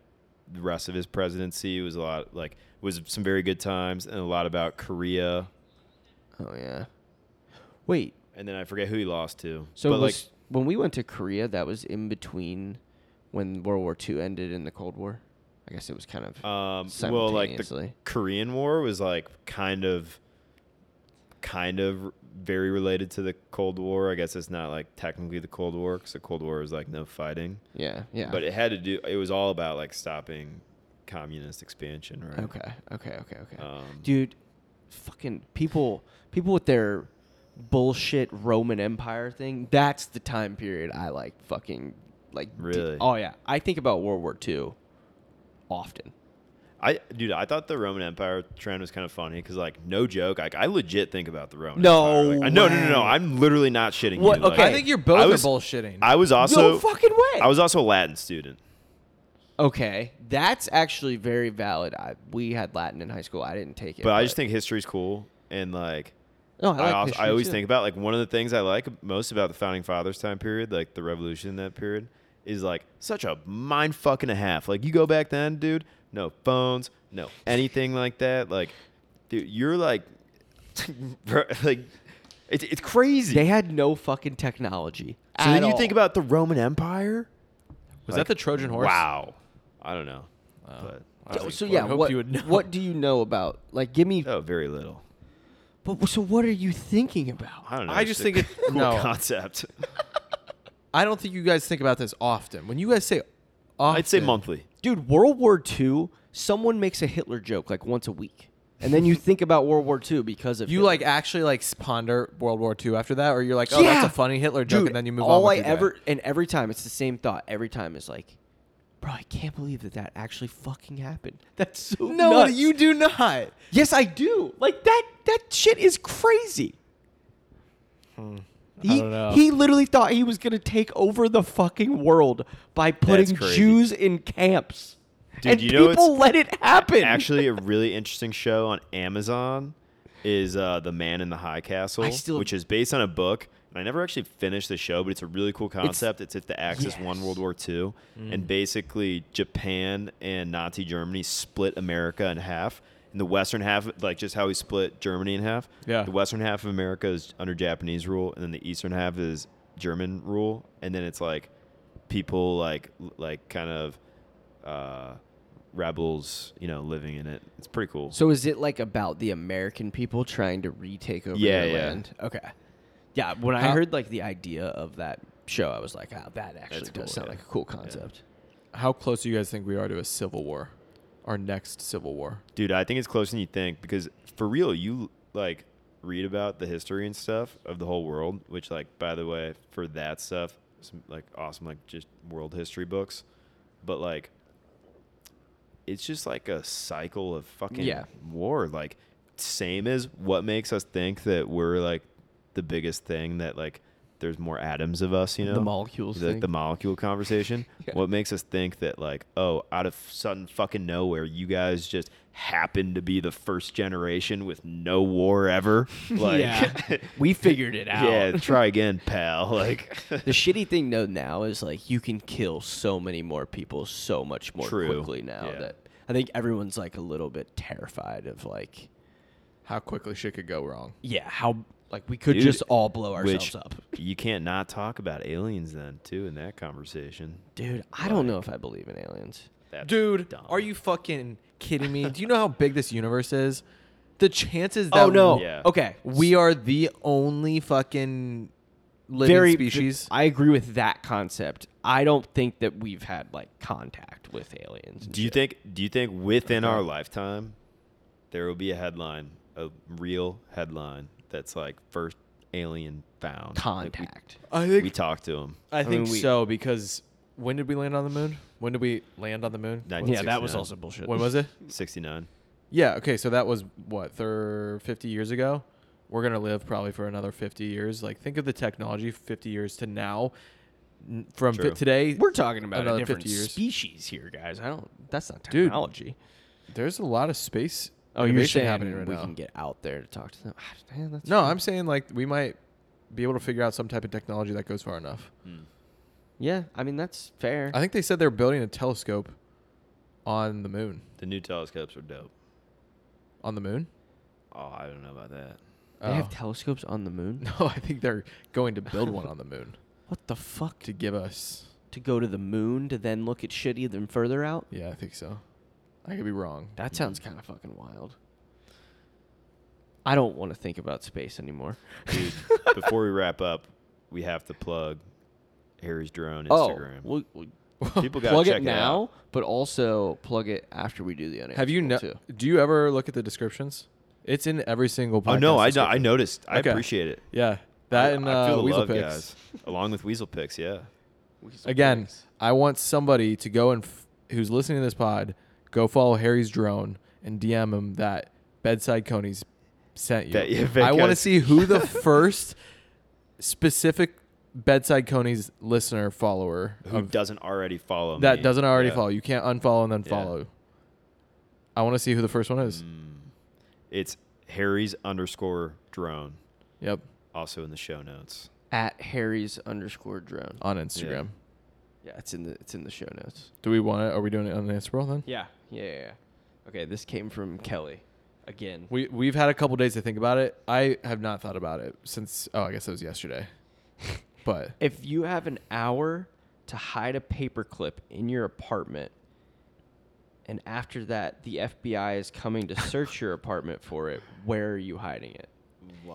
the rest of his presidency was a lot like was some very good times and a lot about Korea,
Oh yeah. Wait.
and then I forget who he lost to.
So
but
was, when we went to Korea, that was in between when World War II ended and the Cold War. I guess it was kind of.
like, um, well, like the
simultaneously.
Korean War was like kind of kind of very related to the Cold War. I guess it's not like technically the Cold War because the Cold War is like no fighting,
yeah, yeah.
but it had to do. It was all about like stopping communist expansion, right?
Okay, okay, okay, okay.
Um,
Dude, fucking people, people with their bullshit Roman Empire thing. That's the time period I like. Fucking like. deep-
Really?
oh yeah, I think about World War II often.
I dude, I thought the Roman Empire trend was kind of funny because like no joke, like I legit think about the Roman.
No
Empire. Like, I- no, no, no, no.
way.
I'm literally not shitting
What-
you. Like,
okay.
I think you're both
I was,
are bullshitting.
I was also
no fucking way.
I was also a Latin student.
okay, that's actually very valid. I we had Latin in high school. I didn't take it,
but I just think history's cool, and like
No, Oh, I,
I,
like
als- I
history,
always
too.
think about like one of the things I like most about the founding fathers time period, like the revolution in that period, is like such a mind fuck and a half. Like you go back then, dude, no phones, no anything like that. Like, dude, you're like, bro, like, it's it's crazy.
they had no fucking technology.
so then
at
you think
all.
about the Roman Empire.
Was
Like,
that the Trojan horse?
Wow, I don't know, but
I
So,
was like,
so
well, I
yeah,
hope
what
you would know.
what do you know about? Like, give me.
oh, very little.
But so, what are you thinking about?
I don't know.
I
It's
just
a
think it-
cool
no.
concept.
I don't think you guys think about this often. When you guys say, often,
I'd say monthly.
Dude, World War II, someone makes a Hitler joke like once a week. And then you think about World War II because of
You
Hitler.
like actually like ponder World War II after that, or you're like, oh, that's a funny Hitler joke,
Dude,
and then you move on.
all
with
I
your day.
ever and every time it's the same thought. Every time is like, bro, I can't believe that that actually fucking happened. That's so
No,
nuts.
you do not.
Yes, I do. Like that. That shit is crazy. He,
Hmm. don't know.
he literally thought he was gonna take over the fucking world by putting
crazy.
Jews in camps,
Dude,
and
you know it's-
people let it happen.
actually a really interesting show on Amazon is uh, The Man in the High Castle,
I still-
which is based on a book. And I never actually finished the show, but it's a really cool concept. It's, if the Axis won
Yes. Mm.
World War II, and basically Japan and Nazi Germany split America in half. And the western half, like just how we split Germany in half.
Yeah.
The western half of America is under Japanese rule, and then the eastern half is German rule. And then it's like people like like kind of uh, rebels, you know, living in it. It's pretty cool.
So is it like about the American people trying to retake over
Yeah,
their
yeah.
land? Okay. Yeah, when I
How-
heard like the idea of that show, I was like, oh, that actually
That's
does
cool,
sound
yeah.
like a cool concept.
How close do you guys think we are to a civil war? Our next civil war.
Dude, I think it's closer than you think because for real, you like read about the history and stuff of the whole world, which like by the way, for that stuff, some like awesome like just world history books. But like it's just like a cycle of fucking
Yeah.
war. Like same as what makes us think that we're like the biggest thing that like there's more atoms of us, you know?
The molecules
Like
thing.
the molecule conversation.
Yeah.
What makes us think that like, oh, out of sudden fucking nowhere, you guys just happen to be the first generation with no war ever. Like
Yeah. we figured it out.
Yeah, try again, pal. Like
The shitty thing though now is like you can kill so many more people so much more
True.
quickly now
Yeah.
that I think everyone's like a little bit terrified of like
How quickly shit could go wrong.
yeah how like we could
Dude,
just all blow ourselves
Which
up.
you can't not talk about aliens then too in that conversation.
Dude, I don't know if I believe in aliens.
That's
Dude,
dumb.
are you fucking kidding me? Do you know how big this universe is? The chances that
oh no.
Yeah.
Okay.
we are the only fucking living
very
species.
I agree with that concept. I don't think that we've had like contact with aliens. and
Do you
shit.
think? Do you think within our lifetime there will be a headline, a real headline that's like first alien found? Like, we-
contact?
I
we,
think
talked to him.
I think
mean, we-
so because when did we land on the moon? When did we land on the moon?
yeah, that was
1969.
also bullshit.
When was it?
sixty-nine.
Yeah, okay, so that was what, thir 50 years ago? We're going to live probably for another 50 years. Like think of the technology 50 years to now N- from fi-
True.
today.
We're talking about a
Another
different
50 years.
species here, guys. I don't. That's not
Dude.
technology.
There's a lot of space
Oh, you're
innovation
saying
happening right
we
now.
can get out there to talk to them? Man, that's
no,
fun.
I'm saying like we might be able to figure out some type of technology that goes far enough.
Hmm.
Yeah, I mean that's fair.
I think they said they're building a telescope on the moon.
The new telescopes are dope.
On the moon?
Oh, I don't know about that.
they have
Oh.
telescopes on the moon.
no, I think they're going to build one on the moon
What the fuck
to
to
give us.
to go to the moon to then look at shit even further out?
Yeah, I think so. I could be wrong.
That sounds kind of fucking wild. I don't want to think about space anymore.
Dude, before we wrap up, we have to plug Harry's drone Instagram.
Oh, we, we
People got
plug
to check
it
it
now,
out.
but also plug it after we do the unable.
Have you no,
too.
do you ever look at the descriptions? It's in every single podcast.
Oh no, I,
description.
I noticed. I
Okay.
appreciate it.
Yeah. That
I-
and
I feel
uh,
the
Weasel
love,
Picks.
guys. Along with Weasel Picks, yeah.
Again, I want somebody to go and f- who's listening to this pod, go follow Harry's drone and DM him that bedside conies sent you.
That- yeah,
I want to
because-
see who the first specific bedside conies listener follower
Who
of-
doesn't already follow
that
me.
doesn't already
Yeah.
follow. You can't unfollow and then
Yeah. Mm.
follow. I want to see who the first one is.
It's Harry's underscore drone,
Yep,
also in the show notes.
at Harry's underscore drone.
on Instagram.
Yeah, it's in the it's in the show notes.
Do we want it? Are we doing it on Instagram then?
Yeah, yeah, yeah. yeah. Okay, this came from Kelly again.
We we've had a couple days to think about it. I have not thought about it since. Oh, I guess it was yesterday. But
If you have an hour to hide a paperclip in your apartment, and after that the FBI is coming to search your apartment for it, where are you hiding it?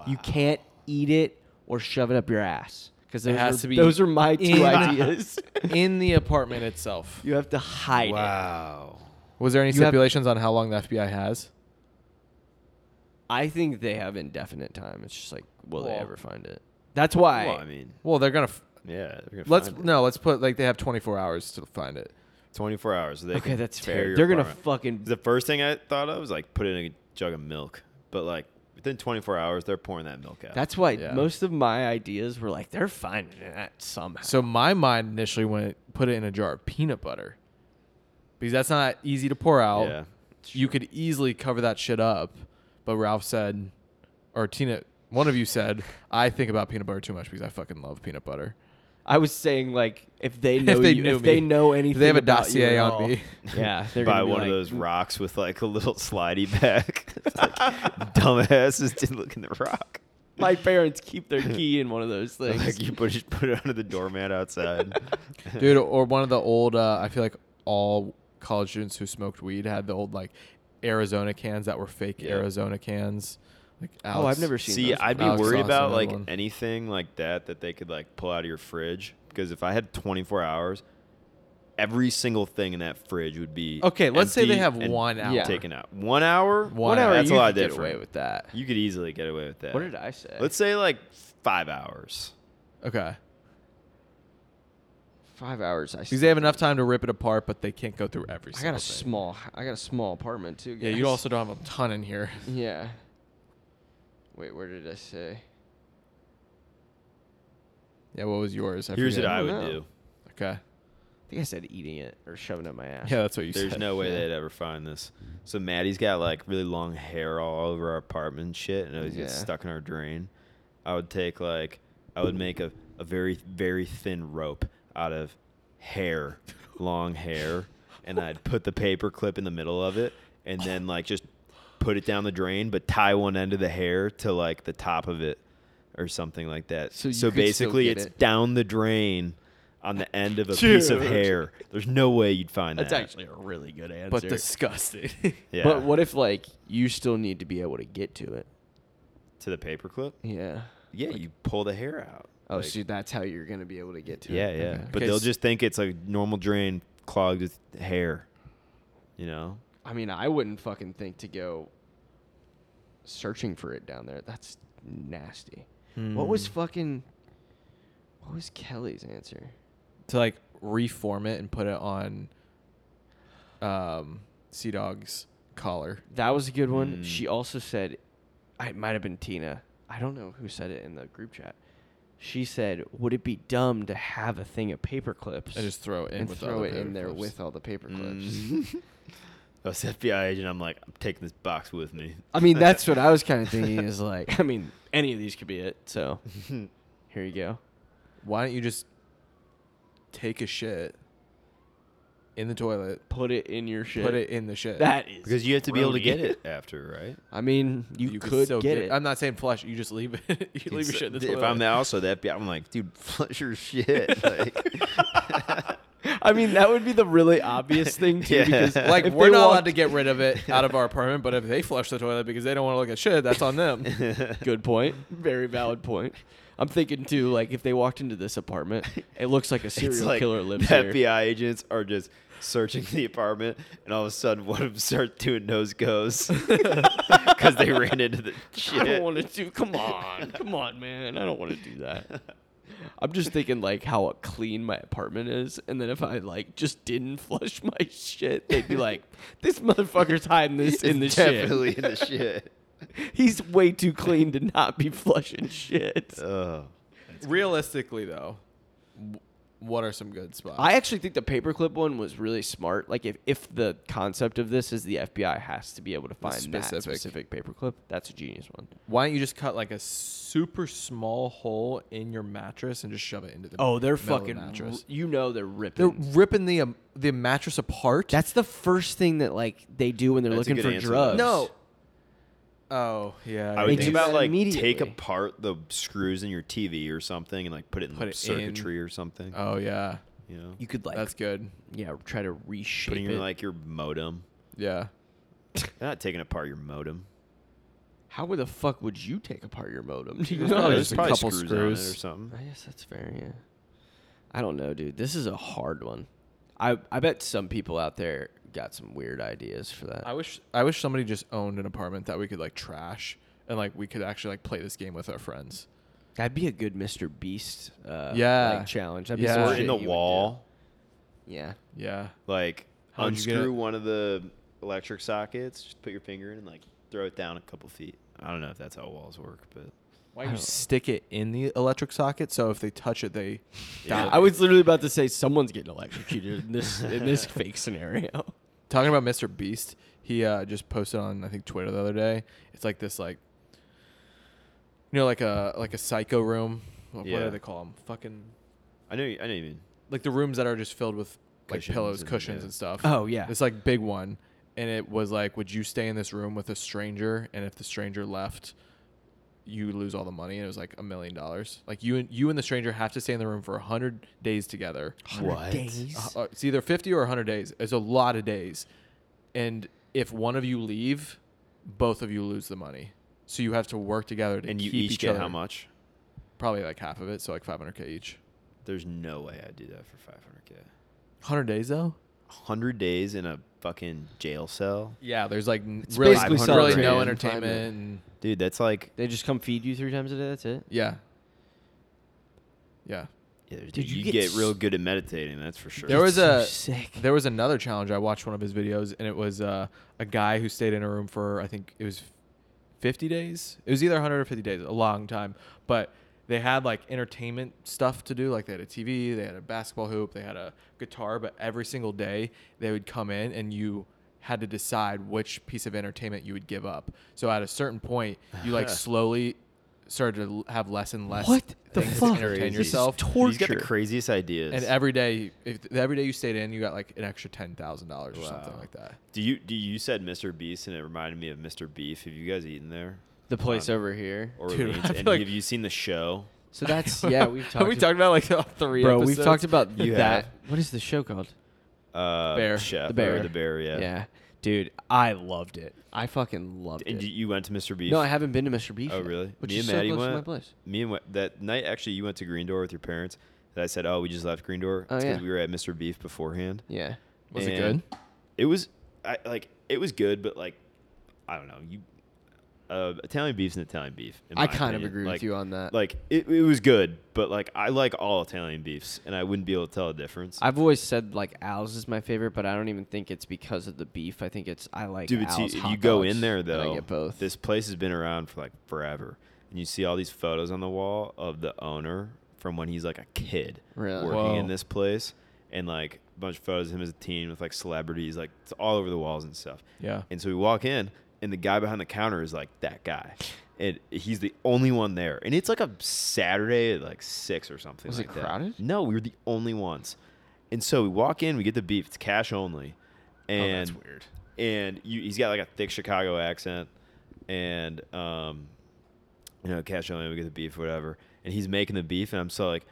You can't eat it or shove it up your ass because
It
those,
has
are-
to be
those are my two
in-
ideas.
in the apartment itself,
you have to hide it.
Wow.
was there any
You have-
stipulations on how long the FBI has?
I think they have indefinite time. It's just like, will they
Well-
ever find it? That's why.
Well, I mean,
Well, they're gonna. F-
yeah. they're gonna
let's
find it.
no. Let's put like they have 24 hours to find it.
24 hours. so They
okay,
can
that's
tear
fair.
your
They're gonna
apartment.
fucking
The first thing I thought of was like put in a jug of milk, but like within 24 hours they're pouring that milk out.
That's why
Yeah.
most of my ideas were like they're finding that somehow.
So my mind initially went put it in a jar of peanut butter, because that's not easy to pour out.
yeah.
You could easily cover that shit up, but Ralph said, or Tina, one of you said, I think about peanut butter too much because I fucking love peanut butter.
I was saying like if they know
if they
you,
knew
if they
me.
know
If
anything,
they have a
about you
dossier
at
on
all,
me.
Yeah, they're
Buy
gonna be
one
like, "Mm."
of those rocks with like a little slidey back. It's like, dumbasses didn't look in the rock.
My parents keep their key in one of those things.
Like you put it, put it under the doormat outside.
dude or one of the old uh, i feel like all college students who smoked weed had the old like arizona cans that were fake
Yeah.
arizona cans like
oh, I've
Alex-
never seen.
See,
those
I'd be
Alex
worried
Ross,
about
another
like
one.
anything like that that they could like pull out of your fridge because if I had 24 hours, every single thing in that fridge would be
okay let's say they
empty
have
and
one hour
Yeah.
taken out. One hour,
One hour,
That's
you
a lot
could get
different.
away with that.
You could easily get away with that.
What did I say?
Let's say like five hours.
okay
five hours. I
Because they have enough time to rip it apart, but they can't go through every.
I got a
single thing.
small. I got a small apartment too.
Yeah, you
guys.
also don't have a ton in here.
Yeah. Wait, where did I say?
Yeah, what was yours? I
Here's what
forget.
I would
know.
do.
Okay.
I think I said eating it or shoving it up my ass.
Yeah, that's what you said.
There's no way
Yeah.
they'd ever find this. So Maddie's got like really long hair all over our apartment and shit, and it always gets
Yeah.
stuck in our drain. I would take like I would make a, a very very thin rope out of hair, long hair, and I'd put the paper clip in the middle of it, and then like just put it down the drain, but tie one end of the hair to like the top of it or something like that.
So
So,
you could still
basically,
get
it's
it.
down the drain. On the end of a piece of
Dude.
hair. There's no way you'd find
That's
that.
actually a really good answer.
But disgusting.
Yeah.
But what if like you still need to be able to get to it?
to the paperclip?
Yeah.
Yeah, you pull the hair out.
Oh,
Like,
so that's how you're gonna be able to get to
yeah,
it.
yeah.
Okay.
But
Okay,
they'll
s-
just think it's a normal drain clogged with hair. You know?
I mean, I wouldn't fucking think to go searching for it down there. That's nasty. What was
Hmm.
fucking? What was Kelly's answer?
to like reform it and put it on um Sea Dog's collar.
That was a good one.
Mm.
She also said, I it might have been Tina. I don't know who said it in the group chat. She said, "Would it be dumb to have a thing of paper clips
And just throw it in
and
with all
throw
the
it in
paper
there
clips.
with all the paper clips?"
Mm. I was FBI agent. I'm like, I'm taking this box with me.
I mean, that's what I was kind of thinking. Is like, I mean, any of these could be it. So here you go.
Why don't you just take a shit in the toilet,
Put it in your shit.
put it in the shit?
That is
because you have to be able to
grody.
get it after, right?
I mean, you, could,
still
get it.
I'm not saying flush. You just leave it. you leave your shit in the
if
toilet.
I'm the also the FBI, I'm like, dude, flush your shit. Like,
I mean, that would be the really obvious thing too.
Yeah.
Because
like
if
we're
they
not
walked-
allowed to get rid of it out of our apartment, but if they flush the toilet because they don't want to look at shit, that's on them.
Good point. Very valid point. I'm thinking too, like if they walked into this apartment, it looks like a
it's
serial
like
killer lives
the
here.
FBI agents are just searching the apartment, and all of a sudden, one of them starts doing nose goes because they ran into the shit.
I don't want to do. Come on, come on, man. I don't want to do that. I'm just thinking like how clean my apartment is, and then if I like just didn't flush my shit, they'd be like, "This motherfucker's hiding this in the
It's
shit.
definitely in the shit.
He's way too clean to not be flushing shit."
Oh,
Realistically, though, w- what are some good spots?
I actually think the paperclip one was really smart. Like if, if the concept of this is the FBI has to be able to find that
specific.
specific paperclip, that's a genius one.
Why don't you just cut like a super small hole in your mattress and just shove it into the
Oh, they're
middle of the
fucking. r-
mattress?
You know they're
They're
ripping.
ripping the um, the mattress apart.
that's the first thing that like they do when they're
That's a
looking
good
for
answer,
drugs.
no. Oh yeah,
I
yeah.
would
They
think
do
about
that
like take
immediately.
apart the screws in your TV or something, and like put it in
Put
the
it
circuitry or something.
Oh yeah,
you know,
you could like
that's good.
yeah try to reshape
putting
it.
your like your modem.
Yeah,
They're not taking apart your modem.
How the fuck would you take apart your modem? Do you
No,
know?
There's
it's just a
probably
couple
on it
screws.
or something.
I guess that's fair. Yeah. I don't know, dude. This is a hard one. I I bet some people out there got some weird ideas for that.
I wish I wish somebody just owned an apartment that we could like trash and like we could actually like play this game with our friends.
That'd be a good Mr. Beast, uh,
Yeah.
like, challenge. That'd be
Yeah.
some
Or
shit
in the
you would do.
wall,
Yeah,
Yeah,
like
How would you get
unscrew
it?
one of the electric sockets, just put your finger in and like throw it down a couple feet. I don't know if that's how walls work, but
why
don't-
you stick it in the electric socket so if they touch it they
Yeah.
die.
I was literally about to say someone's getting electrocuted in this in this fake scenario.
talking about Mr. Beast, he uh, just posted on I think Twitter the other day. It's like this like you know like a like a psycho room. What, what
Yeah.
do they call them? Fucking
I know, you- I know you mean.
like the rooms that are just filled with like
Cushions
pillows,
and-
cushions
yeah.
and stuff.
Oh, yeah.
It's like big one and it was like would you stay in this room with a stranger and if the stranger left you lose all the money and it was like a million dollars. Like you and you and the stranger have to stay in the room for 100 days together.
What?
Days.
Uh, it's either 50 or 100 days. It's a lot of days. And if one of you leave, both of you lose the money. So you have to work together to
And you
keep
each
each
get
other.
how much?
Probably like half of it, so like 500k each.
There's no way I'd do that for 500k.
100 days though?
hundred days in a fucking jail cell,
Yeah, there's like n-
It's
really,
basically
really
solitary
no
confinement.
entertainment. and-
dude. That's like
They just come feed you three times a day. That's it.
yeah. Yeah.
Dude, you, get, real good at meditating. That's for sure.
There was
so
a
sick.
there was another challenge. I watched one of his videos, and it was uh, a guy who stayed in a room for I think it was fifty days. It was either hundred or fifty days, a long time. But they had like entertainment stuff to do. Like they had a TV, they had a basketball hoop, they had a guitar. But every single day they would come in, and you had to decide which piece of entertainment you would give up. So at a certain point, you like slowly started to l- have less and less
What the
things
fuck?
to entertain
This is
yourself.
He's got the
torture.
craziest ideas.
And every day, if every day you stayed in, you got like an extra ten thousand dollars or something
Wow.
like that.
do you do you said Mr. Beast and it reminded me of Mr. Beef? Have you guys eaten there?
The place
Um,
over here.
Or
Dude,
Orleans?
I
and
feel like-
have you seen the show?
So that's yeah. We've talked.
Have we talked about like three.
bro. We've
episodes?
talked about
You
that.
have.
What is the show called?
Uh,
Bear.
Chef,
The Bear.
or the bear, yeah.
Yeah, dude, I loved it. Oh, I fucking loved
And
it.
you, you went to Mr. Beef?
no, I haven't been to Mr. Beef.
Oh,
yet,
really?
Which
Me
is
and Maddie
so close to
went.
my place.
Me and what, that night actually, you went to Green Door with your parents. And I said, "Oh, we just left Green Door
Oh, yeah.
we were at Mr. Beef beforehand."
Yeah.
Was it
And
good?
It was, I like, it was good, but like, I don't know. You, uh, Italian beef's an Italian beef. in
I
my
kind of
opinion.
agree with
Like-
you on that.
Like, it, it was good, but like, I like all Italian beefs, and I wouldn't be able to tell a difference.
I've always said like Al's is my favorite, but I don't even think it's because of the beef. I think it's I like
Dude, but see,
Al's
if
hot
you go
dogs,
in there
and
though,
I get both.
this place has been around for like forever, and you see all these photos on the wall of the owner from when he's like a kid
Really?
working in
Whoa.
this place, and like a bunch of photos of him as a teen with like celebrities, like it's all over the walls and stuff.
Yeah.
And so we walk in, and the guy behind the counter is like that guy, and he's the only one there, and it's like a Saturday at like six or something.
Was it
like that.
crowded?
No, we were the only ones, and so we walk in, we get the beef, it's cash
Oh,
only, and
that's weird.
and you, he's got like a thick Chicago accent, and um, you know, cash only we get the beef, whatever. And he's making the beef, and I'm so like,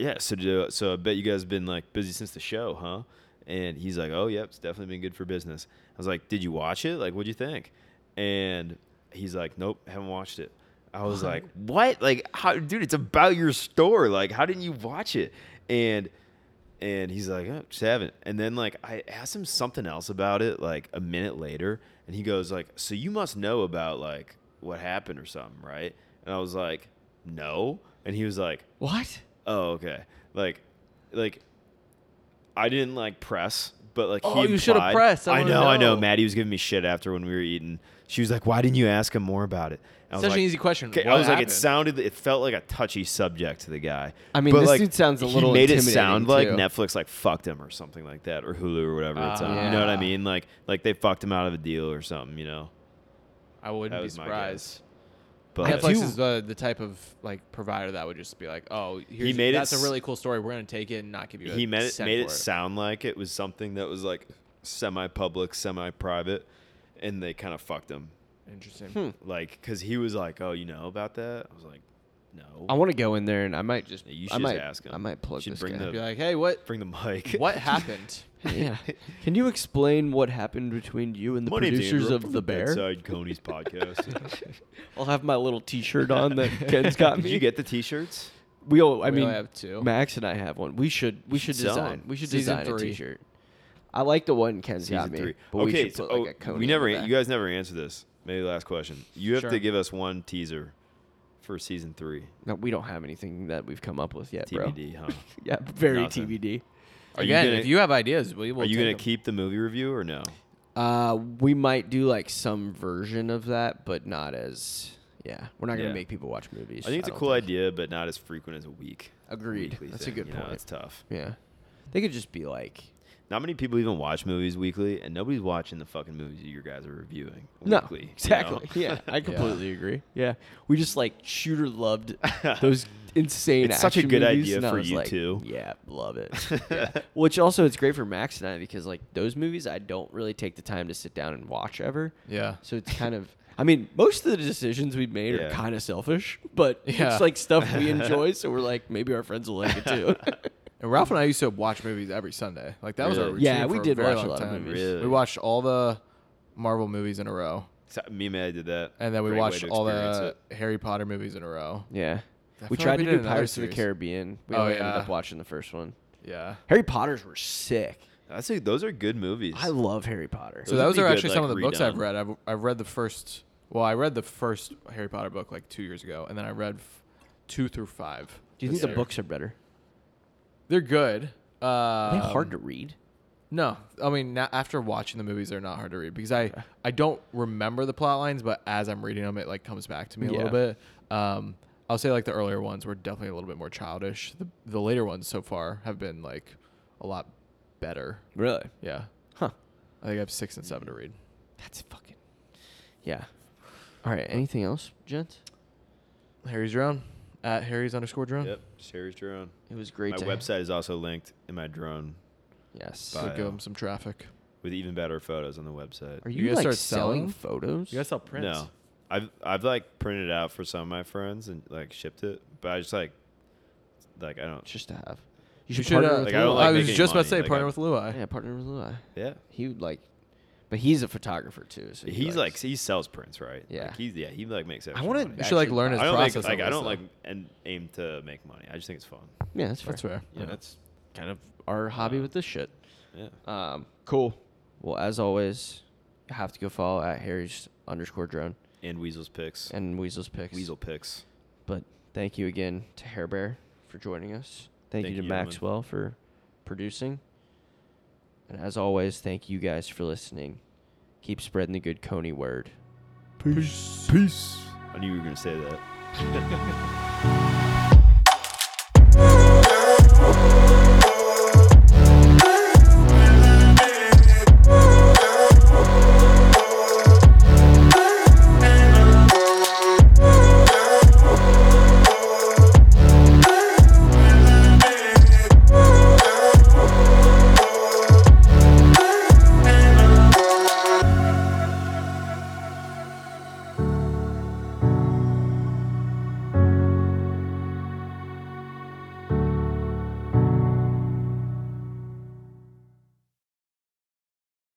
yeah. So do, so I bet you guys been like busy since the show, huh? And he's like, oh yep, it's definitely been good for business. I was like, did you watch it? Like, what'd you think? And he's like, nope, haven't watched it. I was like, what? Like, how, dude, it's about your store. Like, how didn't you watch it? And and he's like, oh, just haven't. And then like I asked him something else about it like a minute later, and he goes like, so you must know about like what happened or something, right? And I was like, no. And he was like,
what?
oh okay, like, like. I didn't like press, but like
Oh,
he
you should've
implied-
pressed. I
I,
wanna
know, I know.
know.
Maddie was giving me shit after when we were eating. She was like, "Why didn't you ask him more about it?" I was
Such an
like-
easy question.
'Kay, I
What
was like, it
happened?
sounded, it felt like a touchy subject to the guy.
I mean,
But,
this
like,
dude sounds a
he
little
made it
intimidating,
sound like
too.
Netflix like fucked him or something like that, or Hulu or whatever it's on. You know what I
Ah.
mean? Like, like they fucked him out of a deal or something. You know,
I
that
wouldn't be
was my
surprised.
guess. But
Netflix
do-
is uh, the, the type of like provider that would just be like, oh, here's,
made it
that's a
s-
really cool story. We're gonna take it and not give you. A
he made it
cent
made
for
it sound like it was something that was like semi-public, semi-private, and they kind of fucked him.
Interesting.
Like, because he was like, "Oh, you know about that?" I was like, "No."
I want to go in there and I might just
You
I
should just
might
ask him.
I might plug
Should
this
bring
guy.
Be like, hey, what
Bring the mic.
what happened?
yeah. Can you explain what happened between you and the
Money
producers of The Bear?
Inside Coney's podcast.
I'll have my little T-shirt on that Ken's got
Did
me.
you get the T-shirts?
we all, I
We
mean,
only have two.
Max and I have one. We should we should
Sell 'em.
design we should
Season
design a
three.
T-shirt. I like the one Ken's got me. But we
okay,
should
so
put, like,
oh,
a cone
we
on
never
the
an-
back.
you guys never answered this. Maybe last question. You have
Sure.
to give us one teaser for season three.
No, we don't have anything that we've come up with yet, bro.
TBD, huh?
Yeah, very
Nothing.
TBD.
Are you
Again,
gonna-
if you have ideas, we will.
Are you
take
gonna
them.
keep the movie review or no?
Uh, we might do like some version of that, but not as yeah. We're not gonna
Yeah.
make people watch movies.
I think it's a
don't
cool idea, but not as frequent as a week.
Agreed.
Weekly
That's a
thing,
good
you know,
point.
It's tough.
Yeah, they could just be like,
Not many people even watch movies weekly, and nobody's watching the fucking movies that you guys are reviewing
no,
weekly. you know?
exactly. Yeah, I completely agree. Yeah, we just like shooter loved those insane.
It's such a
action
good
movies,
idea
and I
for
was
you
like,
two.
Yeah, love it. Yeah. Which also it's great for Max and I because like those movies I don't really take the time to sit down and watch ever.
Yeah.
So it's kind of. I mean, most of the decisions we've made are
Yeah.
kind of selfish, but
Yeah.
it's like stuff we enjoy. so we're like, maybe our friends will like it too.
And Ralph and I used to watch movies every Sunday. Like that was our
Really?
routine
Yeah, we
for
did
a very
watch a
long
lot of
time.
movies.
Really?
We watched all the Marvel movies in a row,
So, me and Maddie did that.
and then we
Great way
watched
to
all
experience
the
it.
Harry Potter movies in a row.
yeah.
I
We
feel like
tried
we
to
did
do
another
Pirates of the
series.
Caribbean. We
Oh,
only ended
yeah.
up watching the first one.
Yeah.
Harry Potter's were sick.
I'd say those are good movies.
I love Harry Potter.
So
Those would
those
be
are
good,
actually some
like,
of the books I've
redone.
read. I've, I've read the first. Well, I read the first Harry Potter book like two years ago, and then I read f- two through five.
Do you
this
think the
year.
books are better?
They're good. Uh,
Are they hard to read?
No, I mean na after watching the movies, they're not hard to read because I I don't remember the plot lines, but as I'm reading them, it like comes back to me a little
Yeah.
bit. Um, I'll say like the earlier ones were definitely a little bit more childish. The the later ones so far have been like a lot better.
Really?
Yeah,
Huh.
I think I have six and seven to read.
That's fucking. Yeah. All right. Anything else, gents?
Harry's drone at Harry's underscore drone.
Yep, Sherry's drone.
It was great.
my
to
website is also linked in my drone
Yes.
So
Bio.
give him some traffic.
with even better photos on the website.
Are
You
you,
guys
like
start
selling,
selling?
photos?
sell
No, I've I've like printed out for some of my friends and like shipped it, but I just like like I don't.
just to have.
You
You
should,
should partner
uh,
with
Like, I don't
Lua.
like
I was
making
just about
money,
to say
like,
partner
I-
with Lua.
yeah, partner with Lua.
Yeah,
He would like, but he's a photographer too. So he
he's like
likes-
he sells prints, right?
Yeah.
like, he's yeah he like makes.
I wanna-
You
to.
should like
Actually,
learn his
I don't
process.
think, like
on
I
this,
don't
though.
like and aim to make money. I just think it's fun.
yeah, that's fair.
That's fair.
Yeah.
that's kind of our hobby
Uh,
with this shit.
Yeah.
Um, cool. Well, as always, you have to go follow at Harry's underscore drone
And Weasel's picks.
and Weasel's picks.
Weasel picks.
But thank you again to Hair Bear for joining us. Thank,
Thank
you to
you, gentlemen.
Maxwell for producing. And as always, thank you guys for listening. Keep spreading the good Coney word.
Peace. Peace. I knew you were gonna say that.